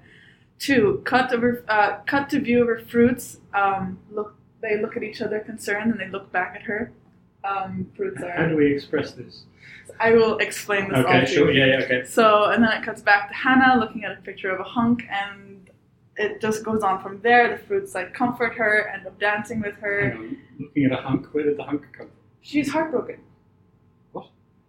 Speaker 3: Two cut of her, uh, cut to view of her fruits. Um, look. They look at each other concerned, and they look back at her. Um, fruits are.
Speaker 1: How do we express this?
Speaker 3: I will explain this all
Speaker 1: Okay.
Speaker 3: to
Speaker 1: Sure.
Speaker 3: you.
Speaker 1: Yeah. Yeah. Okay.
Speaker 3: So, and then it cuts back to Hannah looking at a picture of a hunk, and it just goes on from there. The fruits like comfort her, end up dancing with her.
Speaker 1: Hang on. Looking at a hunk. Where did the hunk come? from?
Speaker 3: She's heartbroken.
Speaker 1: What?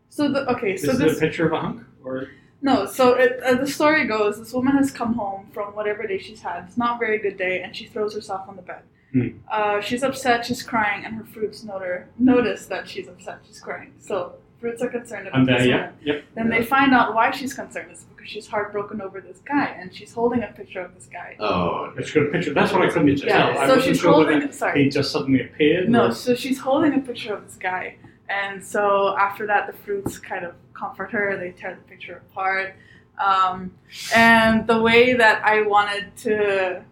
Speaker 3: So the okay,
Speaker 1: This
Speaker 3: so
Speaker 1: is
Speaker 3: this
Speaker 1: a picture of a hunk, or
Speaker 3: No, so it, uh, the story goes this woman has come home from whatever day she's had. It's not a very good day, and she throws herself on the bed.
Speaker 1: Hmm.
Speaker 3: Uh, she's upset, she's crying, and her fruits note her, notice that she's upset, she's crying. So fruits are concerned about
Speaker 1: I'm
Speaker 3: this
Speaker 1: there.
Speaker 3: woman.
Speaker 1: Yeah. Yep.
Speaker 3: Then they find out why she's concerned. It's because she's heartbroken over this guy, and she's holding a picture of this guy.
Speaker 2: Oh,
Speaker 1: It's got a picture. That's what I couldn't tell.
Speaker 3: Yeah,
Speaker 1: I
Speaker 3: so
Speaker 1: wasn't
Speaker 3: she's
Speaker 1: sure whether
Speaker 3: holding. Sorry.
Speaker 1: He just suddenly appeared.
Speaker 3: No,
Speaker 1: or-
Speaker 3: so she's holding a picture of this guy, and so after that, the fruits kind of comfort her. They tear the picture apart, um, and the way that I wanted to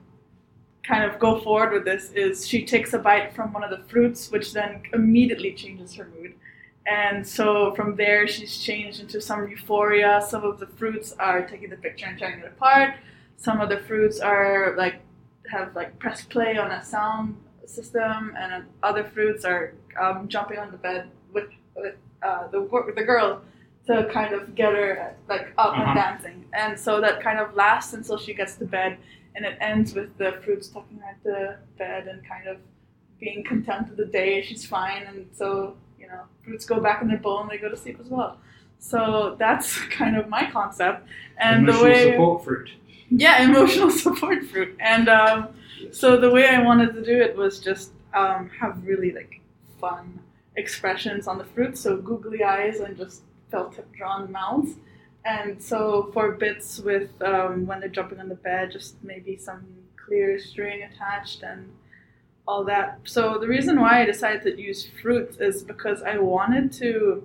Speaker 3: kind of go forward with this is she takes a bite from one of the fruits, which then immediately changes her mood. And so from there, she's changed into some euphoria. Some of the fruits are taking the picture and tearing it apart. Some of the fruits are like have like press play on a sound system, and other fruits are um, jumping on the bed with with uh, the wor- the girl to kind of get her like up
Speaker 1: Uh-huh.
Speaker 3: and dancing. And so that kind of lasts until she gets to bed, and it ends with the fruits tucking at the bed and kind of being content with the day. She's fine, and so you know, fruits go back in their bowl and they go to sleep as well. So that's kind of my concept, and
Speaker 1: emotional
Speaker 3: the way
Speaker 1: support fruit.
Speaker 3: yeah, emotional support fruit. And um, so the way I wanted to do it was just um, have really like fun expressions on the fruit. So googly eyes and just felt tip drawn mouths. And so for bits with um, when they're jumping on the bed, just maybe some clear string attached and all that. So the reason why I decided to use fruit is because I wanted to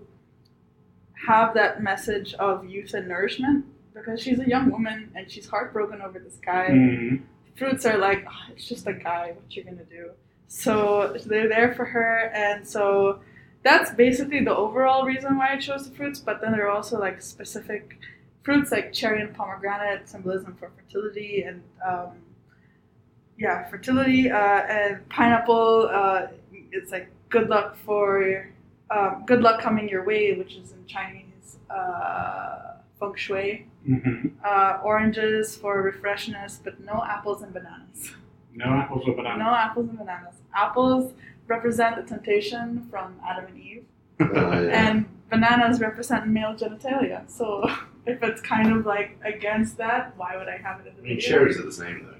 Speaker 3: have that message of youth and nourishment because she's a young woman and she's heartbroken over this guy.
Speaker 1: Mm.
Speaker 3: Fruits are like, "Ah, it's just a guy, what you gonna do? So they're there for her, and so that's basically the overall reason why I chose the fruits. But then there are also like specific fruits like cherry and pomegranate, symbolism for fertility, and um, yeah, fertility, uh, and pineapple. Uh, it's like good luck for um, good luck coming your way, which is in Chinese uh, feng shui
Speaker 1: hmm
Speaker 3: uh, oranges for refreshness, but no apples and bananas.
Speaker 1: No apples or bananas.
Speaker 3: No apples and bananas. Apples represent the temptation from Adam and Eve,
Speaker 2: Uh, yeah.
Speaker 3: and bananas represent male genitalia. So if it's kind of like against that, why would I have it in the
Speaker 2: I mean,
Speaker 3: video?
Speaker 2: cherries are the same though.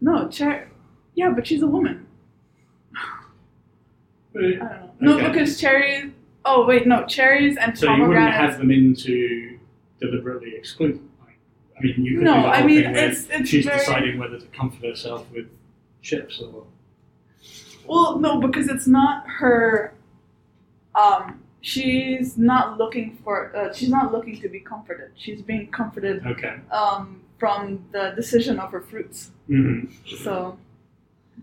Speaker 3: No, cherry. Yeah, but she's a woman. I
Speaker 1: Uh,
Speaker 3: don't know. No,
Speaker 1: Okay.
Speaker 3: because cherries. Oh wait, no, cherries and
Speaker 1: So you wouldn't
Speaker 3: pomegranates.
Speaker 1: have them in to deliberately exclude. them, like- I mean, you could
Speaker 3: no,
Speaker 1: do the whole
Speaker 3: I mean
Speaker 1: thing where
Speaker 3: it's it's
Speaker 1: she's
Speaker 3: very
Speaker 1: deciding whether to comfort herself with chips or
Speaker 3: Well, no, because it's not her. Um, she's not looking for. Uh, she's not looking to be comforted. She's being comforted
Speaker 1: okay.
Speaker 3: um, from the decision of her fruits.
Speaker 1: Mm-hmm.
Speaker 3: So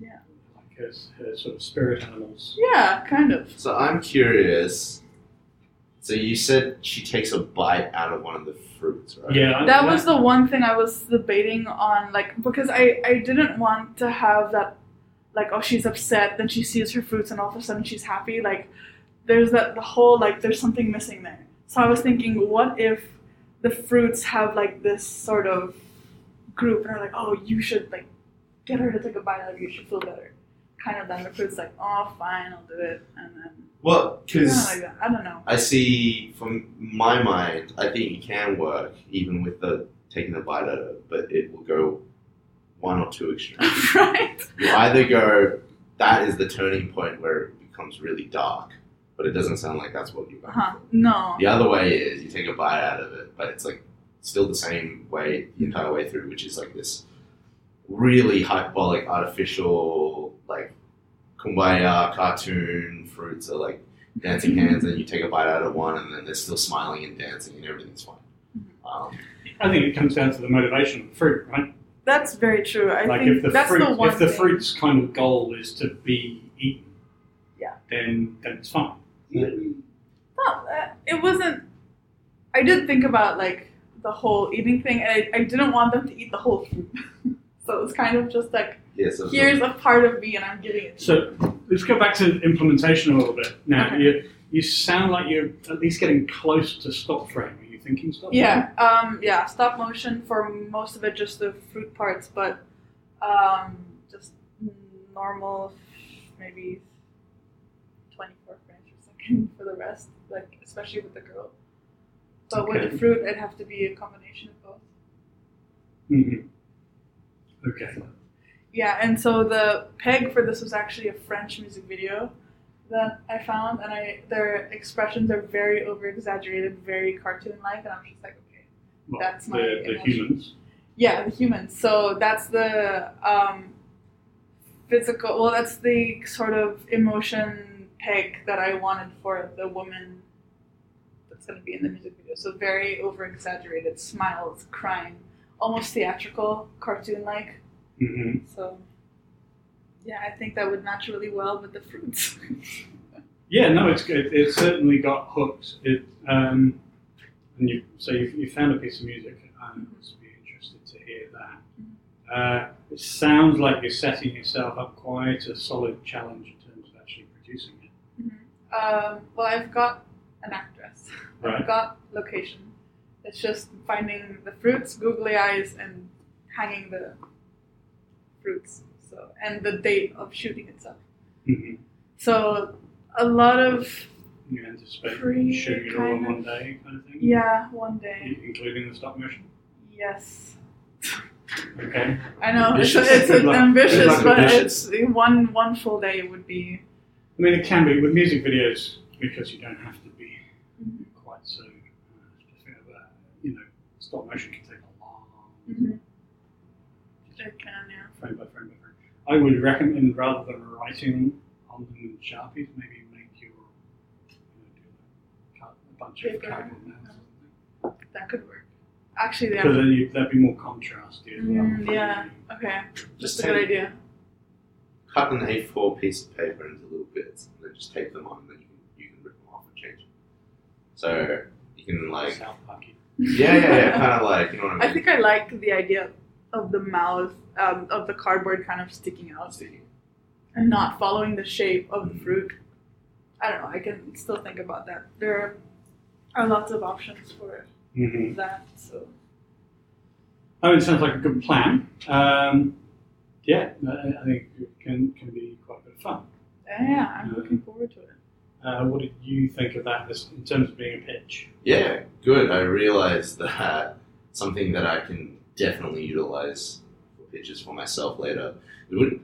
Speaker 1: Like her, her sort of spirit animals.
Speaker 3: yeah, kind of.
Speaker 2: So I'm curious. So you said she takes a bite out of one of the fruits, right?
Speaker 1: Yeah,
Speaker 3: That was the one thing I was debating on, like because I I didn't want to have that, like oh she's upset, then she sees her fruits and all of a sudden she's happy. Like there's that the whole like there's something missing there. So I was thinking, what if the fruits have like this sort of group and are like oh you should like get her to take a bite of it, you should feel better, kind of. Then the fruits like oh fine I'll do it and then
Speaker 2: Well,
Speaker 3: kind
Speaker 2: because
Speaker 3: like that. I don't know.
Speaker 2: I see from my mind, I think it can work even with the taking the bite out of it, but it will go one or two extremes.
Speaker 3: right.
Speaker 2: You either go, that is the turning point where it becomes really dark, but it doesn't sound like that's what you want.
Speaker 3: Huh. No.
Speaker 2: The other way is you take a bite out of it, but it's like still the same way the entire way through, which is like this really hyperbolic, artificial, like kumbaya cartoon fruits are like dancing hands, and you take a bite out of one, and then they're still smiling and dancing, and everything's fine. Um,
Speaker 1: I think it comes down to the motivation of the fruit, right?
Speaker 3: That's very true. I
Speaker 1: like
Speaker 3: think
Speaker 1: if the
Speaker 3: that's
Speaker 1: fruit,
Speaker 3: the one
Speaker 1: if the
Speaker 3: thing.
Speaker 1: fruit's kind of goal is to be eaten,
Speaker 3: Yeah.
Speaker 1: then then it's fine.
Speaker 3: Well, uh, it wasn't. I did think about like the whole eating thing, and I, I didn't want them to eat the whole fruit. so it was kind of just like,
Speaker 2: yeah, so
Speaker 3: here's a part of me, and I'm giving it. to you.
Speaker 1: So let's go back to implementation a little bit. Now
Speaker 3: Okay.
Speaker 1: you you sound like you're at least getting close to stop frame. Are you thinking stop?
Speaker 3: Yeah, um, yeah, stop motion for most of it, just the fruit parts, but um, just normal, maybe 24 frames per second for the rest, like especially with the girl. But with
Speaker 1: Okay.
Speaker 3: the fruit, it'd have to be a combination of both.
Speaker 1: frame? Mhm. Okay.
Speaker 3: Yeah, and so the peg for this was actually a French music video that I found, and I their expressions are very over exaggerated, very cartoon like, and I'm just like, okay,
Speaker 1: Well,
Speaker 3: That's my
Speaker 1: the, the
Speaker 3: emotion.
Speaker 1: humans.
Speaker 3: yeah, the humans. So that's the um, physical. Well, that's the sort of emotion peg that I wanted for the woman that's going to be in the music video. So very over exaggerated smiles, crying, almost theatrical, cartoon like.
Speaker 1: hmm
Speaker 3: So, yeah, I think that would match really well with the fruits.
Speaker 1: Yeah. No, it's good. It's certainly got hooks. It um, and you so you, you found a piece of music. I'm
Speaker 3: Mm-hmm.
Speaker 1: be interested to hear that. Uh, it sounds like you're setting yourself up quite a solid challenge in terms of actually producing it.
Speaker 3: um, well, I've got an actress.
Speaker 1: Right.
Speaker 3: I've got location. It's just finding the fruits, googly eyes, and hanging the fruits. So, and the date of shooting itself.
Speaker 1: hmm
Speaker 3: So, a lot of
Speaker 1: You anticipate
Speaker 3: Free
Speaker 1: shooting it all in
Speaker 3: kind
Speaker 1: one day, kind of thing.
Speaker 3: yeah, one day.
Speaker 1: including the stop motion.
Speaker 3: Yes.
Speaker 1: Okay.
Speaker 3: I know it's,
Speaker 2: Ambitious.
Speaker 3: it's
Speaker 1: Good
Speaker 3: an
Speaker 1: luck.
Speaker 2: Good
Speaker 3: ambitious,
Speaker 2: luck.
Speaker 3: but
Speaker 2: Ambitious.
Speaker 3: it's one one full day would be.
Speaker 1: I mean, it can be with music videos because you don't have to be quite so uh, specific about, you know, stop motion can take a long
Speaker 3: It can, yeah.
Speaker 1: frame by frame by frame. I would recommend rather than writing on them in Sharpies, maybe make your, you know, do a cut- a bunch of
Speaker 3: Paper.
Speaker 1: cardboard nails or something.
Speaker 3: That could work. Actually, yeah.
Speaker 1: Because then you, there'd be more contrast as well.
Speaker 3: Mm, yeah. Okay, just a
Speaker 2: take-
Speaker 3: good idea.
Speaker 2: cut an A4 piece of paper into little bits and then just tape them on, and then you can, you can rip them off and change them. So you can like,
Speaker 1: South Parky.
Speaker 2: yeah, yeah, yeah, kind of like, you know what I mean?
Speaker 3: I think I like the idea of the mouth um, of the cardboard kind of sticking out and not following the shape of the
Speaker 2: Mm.
Speaker 3: fruit. I don't know. I can still think about that. There are lots of options for
Speaker 1: Mm-hmm.
Speaker 3: that. So
Speaker 1: I mean, it sounds like a good plan. Um, yeah, I I think it can, can be quite a bit of fun.
Speaker 3: yeah, I'm looking forward to it.
Speaker 1: Uh, what did you think of that as, in terms of being a pitch?
Speaker 2: Yeah, good. I realized that something that I can definitely utilize for pitches for myself later. It would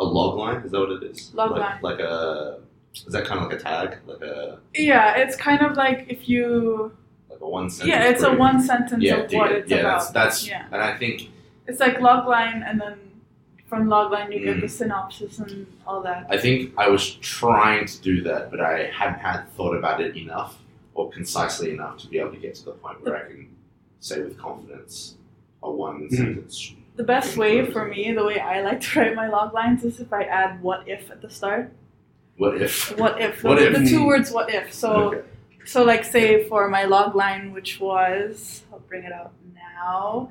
Speaker 2: a log line, is that what it is?
Speaker 3: Log
Speaker 2: like, Like a is that kind of like a tag? Like a
Speaker 3: Yeah, it's kind of like if you
Speaker 2: like a one sentence.
Speaker 3: yeah, it's a
Speaker 2: brief?
Speaker 3: one sentence
Speaker 2: yeah,
Speaker 3: of
Speaker 2: dig
Speaker 3: what
Speaker 2: it.
Speaker 3: it's
Speaker 2: yeah,
Speaker 3: about.
Speaker 2: that's that's
Speaker 3: Yeah.
Speaker 2: and I think
Speaker 3: It's like logline, and then from logline you get
Speaker 2: Mm.
Speaker 3: the synopsis and all that.
Speaker 2: I think I was trying to do that, but I hadn't had thought about it enough or concisely enough to be able to get to the point where I can say with confidence a one
Speaker 1: Mhm.
Speaker 2: sentence.
Speaker 3: The best way for me, the way I like to write my loglines, is if I add "what if" at the start.
Speaker 2: What if?
Speaker 3: What if?
Speaker 2: What
Speaker 3: the,
Speaker 2: if?
Speaker 3: the two words "what if." So,
Speaker 2: Okay.
Speaker 3: so like say for my logline, which was I'll bring it out now.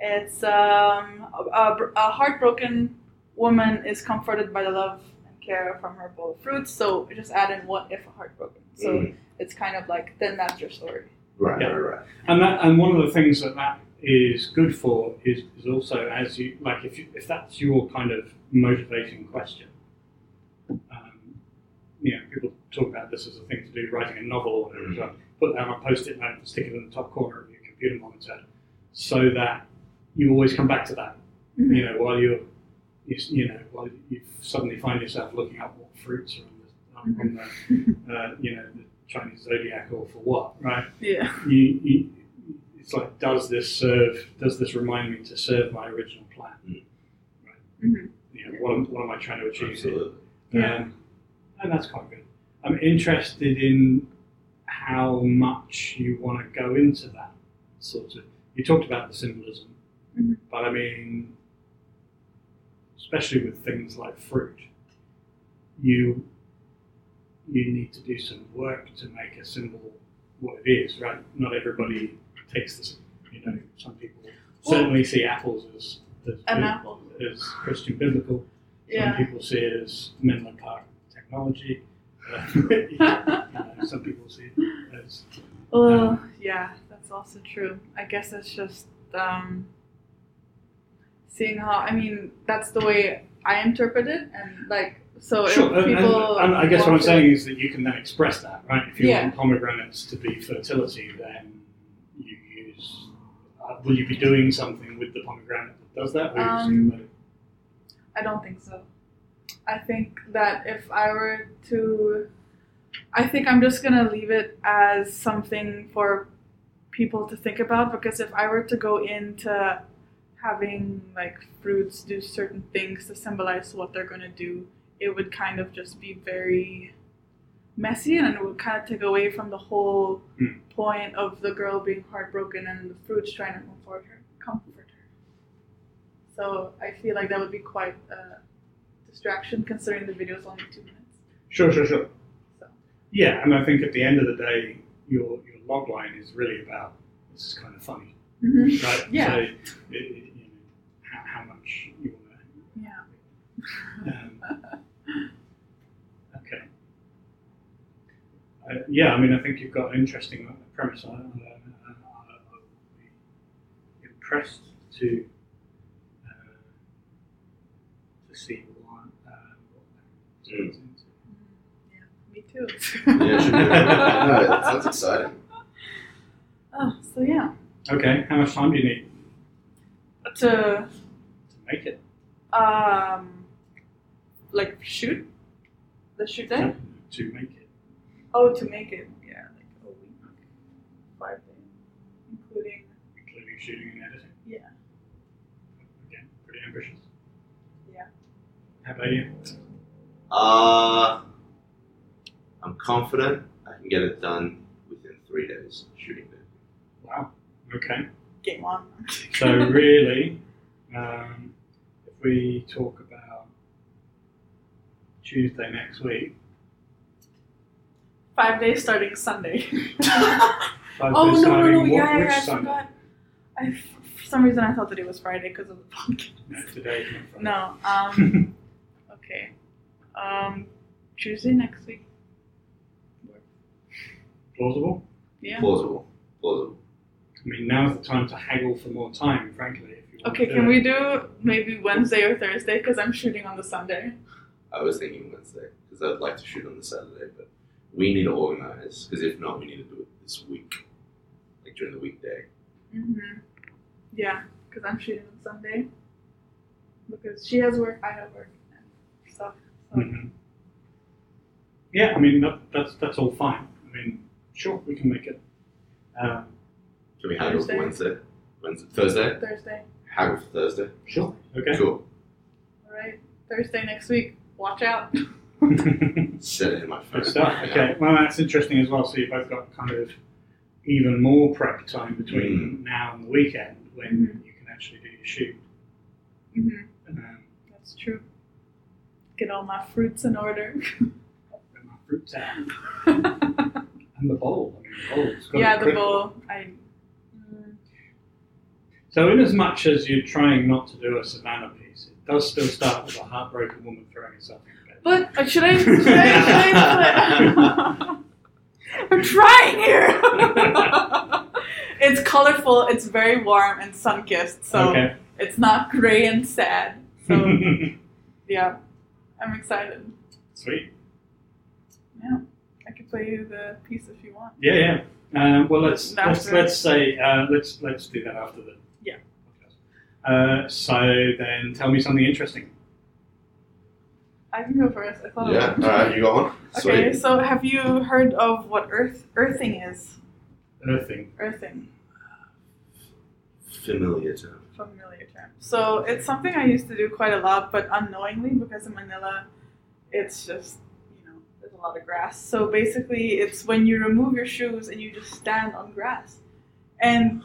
Speaker 3: It's um, a, a- a heartbroken woman is comforted by the love and care from her bowl of fruits. So just add in "what if" a heartbroken. So
Speaker 2: Mm.
Speaker 3: it's kind of like then that's your story.
Speaker 2: Right,
Speaker 1: Yeah.
Speaker 2: right, right.
Speaker 1: And that, and one of the things that that is good for is, is also as you like if you, if that's your kind of motivating question. Um, you know, people talk about this as a thing to do, writing a novel or whatever.
Speaker 2: Mhm.
Speaker 1: So put down a post-it note and stick it in the top corner of your computer monitor, so that you always come back to that. You know, while you're you, s- you know while you suddenly find yourself looking up what fruits are on the, on the uh, you know the Chinese zodiac or for what, right?
Speaker 3: Yeah.
Speaker 1: you, you, it's like, does this serve? Does this remind me to serve my original plan?
Speaker 2: Mm.
Speaker 1: Right.
Speaker 3: Mhm.
Speaker 1: You know, what, am, what am I trying to achieve? here?
Speaker 2: Absolutely.
Speaker 3: Yeah.
Speaker 1: Um, and that's quite good. I'm interested in how much you want to go into that sort of. You talked about the symbolism,
Speaker 3: Mhm.
Speaker 1: but I mean, especially with things like fruit, you you need to do some work to make a symbol what it is, right? Not everybody takes this. You know, some people certainly see apples as as,
Speaker 3: An apple.
Speaker 1: as Christian biblical.
Speaker 3: Yeah.
Speaker 1: Some people see it as Menlo Park technology. Uh, uh, some people see it as
Speaker 3: well, Uh, yeah, that's also true. I guess it's just um, seeing how. I mean, that's the way I interpret it, and like so.
Speaker 1: sure.
Speaker 3: if
Speaker 1: And, and-
Speaker 3: people
Speaker 1: and I guess what I'm
Speaker 3: want to-
Speaker 1: saying is that you can then express that, right? If you
Speaker 3: Yeah.
Speaker 1: want pomegranates to be fertility, then you use. Uh, will you be doing something with the pomegranate that does that? Or you just
Speaker 3: Um,
Speaker 1: let it-
Speaker 3: I don't think so. I think that if I were to, I think I'm just gonna leave it as something for people to think about because if I were to go into having like fruits do certain things to symbolize what they're gonna do, it would kind of just be very messy and it would kind of take away from the whole
Speaker 1: Hmm.
Speaker 3: point of the girl being heartbroken and the fruits trying to comfort her. Comfort her. So I feel like that would be quite a distraction considering the video's only two minutes.
Speaker 1: sure, sure, sure.
Speaker 3: So.
Speaker 1: Yeah, and I think at the end of the day, your your log line is really about this is kind of funny, right?
Speaker 3: Yeah.
Speaker 1: So, it, it, you know, how, how much you want to
Speaker 3: Yeah.
Speaker 1: Um, okay. Uh, yeah, I mean, I think you've got an interesting premise. I, I, I, I would be impressed to uh, to see what, uh, what that turns into.
Speaker 3: Me too.
Speaker 2: Yeah, it should be really good. no, it sounds exciting.
Speaker 3: oh, so yeah.
Speaker 1: Okay, how much time do you need?
Speaker 3: to
Speaker 1: to make it.
Speaker 3: um, like shoot the shoot day.
Speaker 1: To make it.
Speaker 3: Oh, to make it, yeah, like a week, five days, including
Speaker 1: Including shooting and editing.
Speaker 3: Yeah.
Speaker 1: Again, pretty ambitious.
Speaker 3: Yeah.
Speaker 1: How about you?
Speaker 2: Uh, I'm confident I can get it done within three days shooting day.
Speaker 1: Wow. Okay.
Speaker 3: game on.
Speaker 1: So really, um, if we talk about Tuesday next week,
Speaker 3: Five days starting Sunday.
Speaker 1: five
Speaker 3: oh
Speaker 1: days
Speaker 3: no no
Speaker 1: timing,
Speaker 3: no!
Speaker 1: what-
Speaker 3: Yeah,
Speaker 1: which
Speaker 3: yeah, I
Speaker 1: Sunday?
Speaker 3: forgot. I, for some reason, I thought that it was Friday because of the podcast.
Speaker 1: No, today's not Friday.
Speaker 3: No.
Speaker 1: Hmm.
Speaker 3: Um. okay. Um. Tuesday next week.
Speaker 1: Plausible.
Speaker 3: Yeah.
Speaker 2: Plausible. Plausible.
Speaker 1: I mean, now's the time to haggle for more time, frankly. If you want
Speaker 3: Okay.
Speaker 1: to
Speaker 3: Can we do maybe Wednesday or Thursday? Because I'm shooting on the Sunday.
Speaker 2: I was thinking Wednesday because I'd like to shoot on the Saturday, but we need to organize because if not, we need to do it this week, like during the weekday.
Speaker 3: Mhm. Yeah. Because I'm shooting on Sunday. Because she has work, I have work, and stuff. So
Speaker 1: Mhm. Yeah, I mean that, that's that's all fine. I mean, sure, we can make it. Um,
Speaker 2: Can we haggle for
Speaker 3: Thursday?
Speaker 2: Wednesday? Wednesday, Thursday.
Speaker 3: Thursday.
Speaker 2: Haggle for Thursday.
Speaker 1: sure. Okay.
Speaker 2: Cool.
Speaker 3: All right. Thursday next week. Watch out.
Speaker 2: Set it in my phone.
Speaker 1: Good stuff.
Speaker 2: right now.
Speaker 1: Okay. Well, that's interesting as well. So you've both got kind of even more prep time between now and the weekend when
Speaker 3: Mm.
Speaker 1: you can actually do your shoot.
Speaker 3: hmm
Speaker 1: Um,
Speaker 3: That's true. Get all my fruits in order.
Speaker 1: and my fruit salad. and the bowl. I mean, the bowl's got
Speaker 3: yeah,
Speaker 1: to be
Speaker 3: the
Speaker 1: critical.
Speaker 3: bowl. I. Mm,
Speaker 1: So, in as much as you're trying not to do a Savannah piece, it does still start with a heartbroken woman throwing herself in bed.
Speaker 3: But but should I? Should I, should I put, I'm trying here. it's colorful. It's very warm and sun kissed. So
Speaker 1: okay.
Speaker 3: it's not gray and sad. So yeah, I'm excited.
Speaker 1: Sweet.
Speaker 3: I could play you the piece if you want.
Speaker 1: Yeah, yeah. Um, well, let's
Speaker 3: That's
Speaker 1: let's,
Speaker 3: right.
Speaker 1: let's say uh, let's let's do that after the
Speaker 3: Yeah.
Speaker 1: podcast. Uh, so then, tell me something interesting.
Speaker 3: I can go first. I thought.
Speaker 2: Yeah.
Speaker 3: Of
Speaker 2: All right. You go on.
Speaker 3: Okay,
Speaker 2: Sweet.
Speaker 3: so have you heard of what earth earthing is?
Speaker 1: Earthing.
Speaker 3: Earthing.
Speaker 2: Familiar term.
Speaker 3: familiar term. So it's something I used to do quite a lot, but unknowingly because in Manila, it's just you know there's a lot of grass. So basically, it's when you remove your shoes and you just stand on grass, and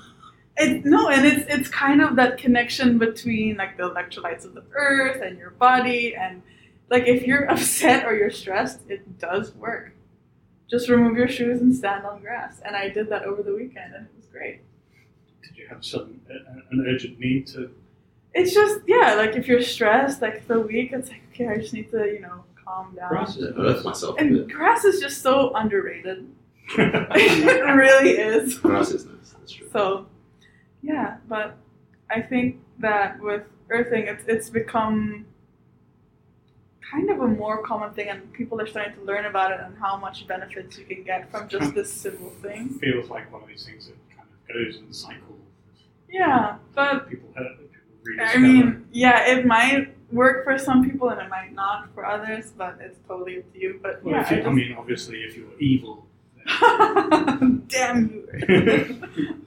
Speaker 3: it no, and it's it's kind of that connection between like the electrolytes of the earth and your body, and like if you're upset or you're stressed, it does work. Just remove your shoes and stand on grass, and I did that over the weekend, and it was great.
Speaker 1: Did you have some uh, an urgent need to?
Speaker 3: it's just yeah, like if you're stressed, like the week, it's like okay, I just need to you know calm down.
Speaker 1: Grass is
Speaker 2: Just Earth myself a bit.
Speaker 3: And grass is just so underrated.
Speaker 1: nice.
Speaker 3: it really is.
Speaker 2: Grass is nice. That's true.
Speaker 3: So yeah, but I think that with earthing, it's it's become kind of a more common thing, and people are starting to learn about it and how much benefits you can get from just this simple thing.
Speaker 1: Feels like one of these things that kind of goes in cycles.
Speaker 3: Yeah, but
Speaker 1: People hurt. People
Speaker 3: I
Speaker 1: rediscover.
Speaker 3: mean, yeah, it might work for some people and it might not for others, but it's totally up to you. But
Speaker 1: well,
Speaker 3: yeah,
Speaker 1: if you,
Speaker 3: I
Speaker 1: I mean, obviously, if you're evil. then-
Speaker 3: just- damn you.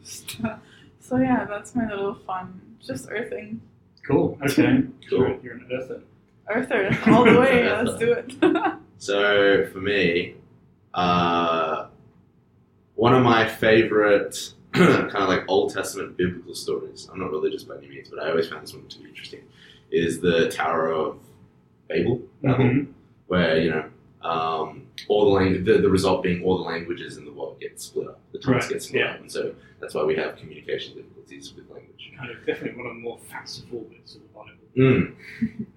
Speaker 3: so yeah, that's my little fun, just earthing,
Speaker 1: Cool. Okay.
Speaker 2: Cool.
Speaker 1: You're, you're an earther.
Speaker 3: earther all the way. Let's do it.
Speaker 2: So for me, uh, one of my favorite kind of like Old Testament biblical stories. I'm not religious by any means, but I always found this one to be interesting. Is the Tower of Babel, Babel
Speaker 1: Mhm.
Speaker 2: where you know um, all the, lang- the the result being all the languages in the world get split up, the tongues
Speaker 1: Right,
Speaker 2: get split
Speaker 1: yeah.
Speaker 2: up, and so that's why we have communication difficulties with language.
Speaker 1: Kind of definitely one of the more fanciful bits of the Bible.
Speaker 2: Mm.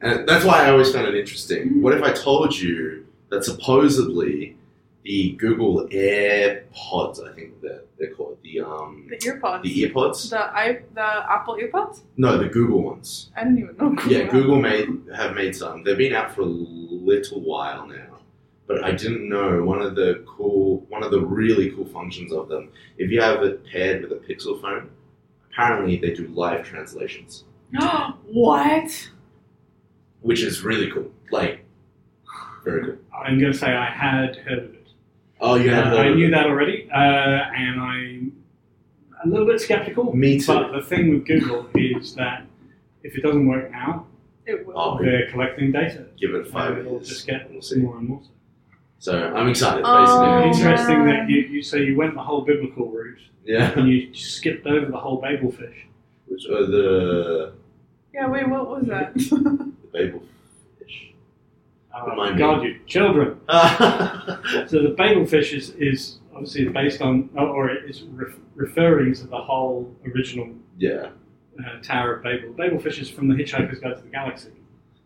Speaker 2: And that's why I always found it interesting.
Speaker 3: Mm.
Speaker 2: What if I told you that supposedly the Google AirPods, I think that they're called, the um,
Speaker 3: The earpods,
Speaker 2: the earpods?
Speaker 3: the i the Apple earpods.
Speaker 2: No, the Google ones.
Speaker 3: I don't even know.
Speaker 2: Yeah, Google made have made some. They've been out for a little while now, but I didn't know one of the cool, one of the really cool functions of them. If you have it paired with a Pixel phone, apparently they do live translations.
Speaker 3: what?
Speaker 2: which is really cool. Like, very cool.
Speaker 1: I'm going to say I had heard of it.
Speaker 2: Oh, you have
Speaker 1: Uh, I
Speaker 2: the-
Speaker 1: knew that already, uh, and I'm a little bit skeptical.
Speaker 2: Me too.
Speaker 1: But the thing with Google is that if it doesn't work now,
Speaker 3: It will.
Speaker 2: Oh.
Speaker 1: they're collecting data.
Speaker 2: Give it five
Speaker 1: and it'll just
Speaker 2: years.
Speaker 1: get
Speaker 2: We'll see.
Speaker 1: more and more.
Speaker 2: So I'm excited,
Speaker 3: Oh,
Speaker 2: basically.
Speaker 1: Interesting that
Speaker 3: man.
Speaker 1: you, you say you went the whole biblical route
Speaker 2: Yeah.
Speaker 1: and you skipped over the whole Babel fish.
Speaker 2: Which are the
Speaker 3: Yeah, wait, what was that?
Speaker 2: the Babel fish?
Speaker 1: Oh,
Speaker 2: Remind me.
Speaker 1: God, you children.
Speaker 2: Ah.
Speaker 1: So the Babel fish is, is obviously based on, or- or is re- referring to the whole original
Speaker 2: yeah.
Speaker 1: uh, Tower of Babel. Babel fish is from the Hitchhiker's Guide to the Galaxy.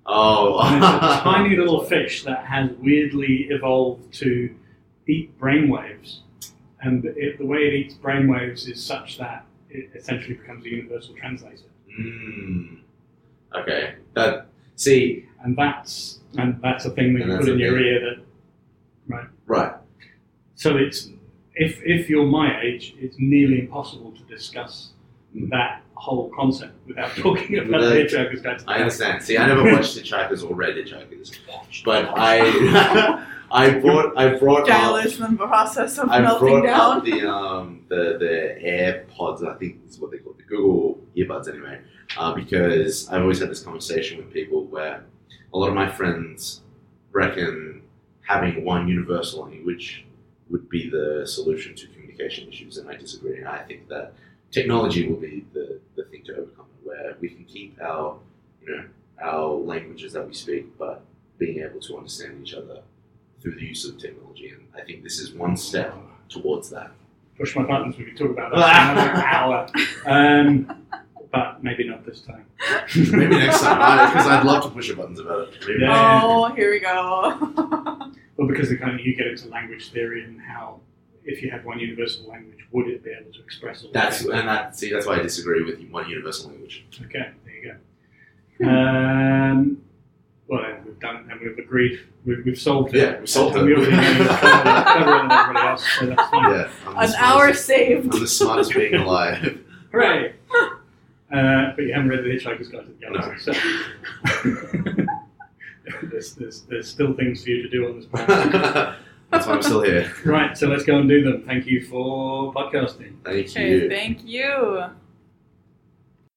Speaker 2: Oh.
Speaker 1: And it's a tiny little fish that has weirdly evolved to eat brainwaves. And it, the way it eats brainwaves is such that it essentially becomes a universal translator.
Speaker 2: Mm. Okay. That see
Speaker 1: And that's and that's a thing that
Speaker 2: And
Speaker 1: you
Speaker 2: that's
Speaker 1: put in
Speaker 2: a
Speaker 1: your
Speaker 2: thing.
Speaker 1: ear that
Speaker 2: right.
Speaker 1: so it's if if you're my age, it's nearly impossible to discuss that whole concept without talking about
Speaker 2: Mm. Without-
Speaker 1: the Hitchhiker's Guide to the
Speaker 2: I
Speaker 1: Galaxy.
Speaker 2: understand. See, I never watched Hitchhikers or read Hitchhikers, but I I brought I brought up,
Speaker 3: Dilation and process of
Speaker 2: I
Speaker 3: melting
Speaker 2: brought up
Speaker 3: down.
Speaker 2: the um the the AirPods. I think is what they call the Google earbuds anyway. Uh, because I've always had this conversation with people where a lot of my friends reckon having one universal language would be the solution to communication issues, and I disagree. And I think that technology will be the, the thing to overcome, where we can keep our you know our languages that we speak, but being able to understand each other through the use of technology. And I think this is one step towards that.
Speaker 1: Push my buttons. We could talk about that for another hour, um, but maybe not this time.
Speaker 2: Maybe next time, because I'd love to push the buttons about it. Maybe
Speaker 1: Yeah.
Speaker 3: Oh, here we go.
Speaker 1: Well, because the kind of, you get into language theory and how, if you had one universal language, would it be able to express all
Speaker 2: That's
Speaker 1: the
Speaker 2: and that see that's why I disagree with one universal language.
Speaker 1: things? Okay, there you go. Um, well, then we've done and we've agreed. We've, we've solved it.
Speaker 2: Yeah, we've solved
Speaker 1: And We
Speaker 2: it.
Speaker 1: already know it's better than everybody else, so that's fine.
Speaker 2: Yeah, I'm the
Speaker 3: An
Speaker 2: smartest-
Speaker 3: hour saved.
Speaker 2: I'm the smartest being alive.
Speaker 1: Hooray! Uh, but you haven't read The Hitchhiker's Guide to the Galaxy, so there's, there's, there's still things for you to do on this planet.
Speaker 2: that's why I'm still here.
Speaker 1: right, so let's go and do them. Thank you for podcasting.
Speaker 2: Thank
Speaker 3: Okay,
Speaker 2: you.
Speaker 3: thank you.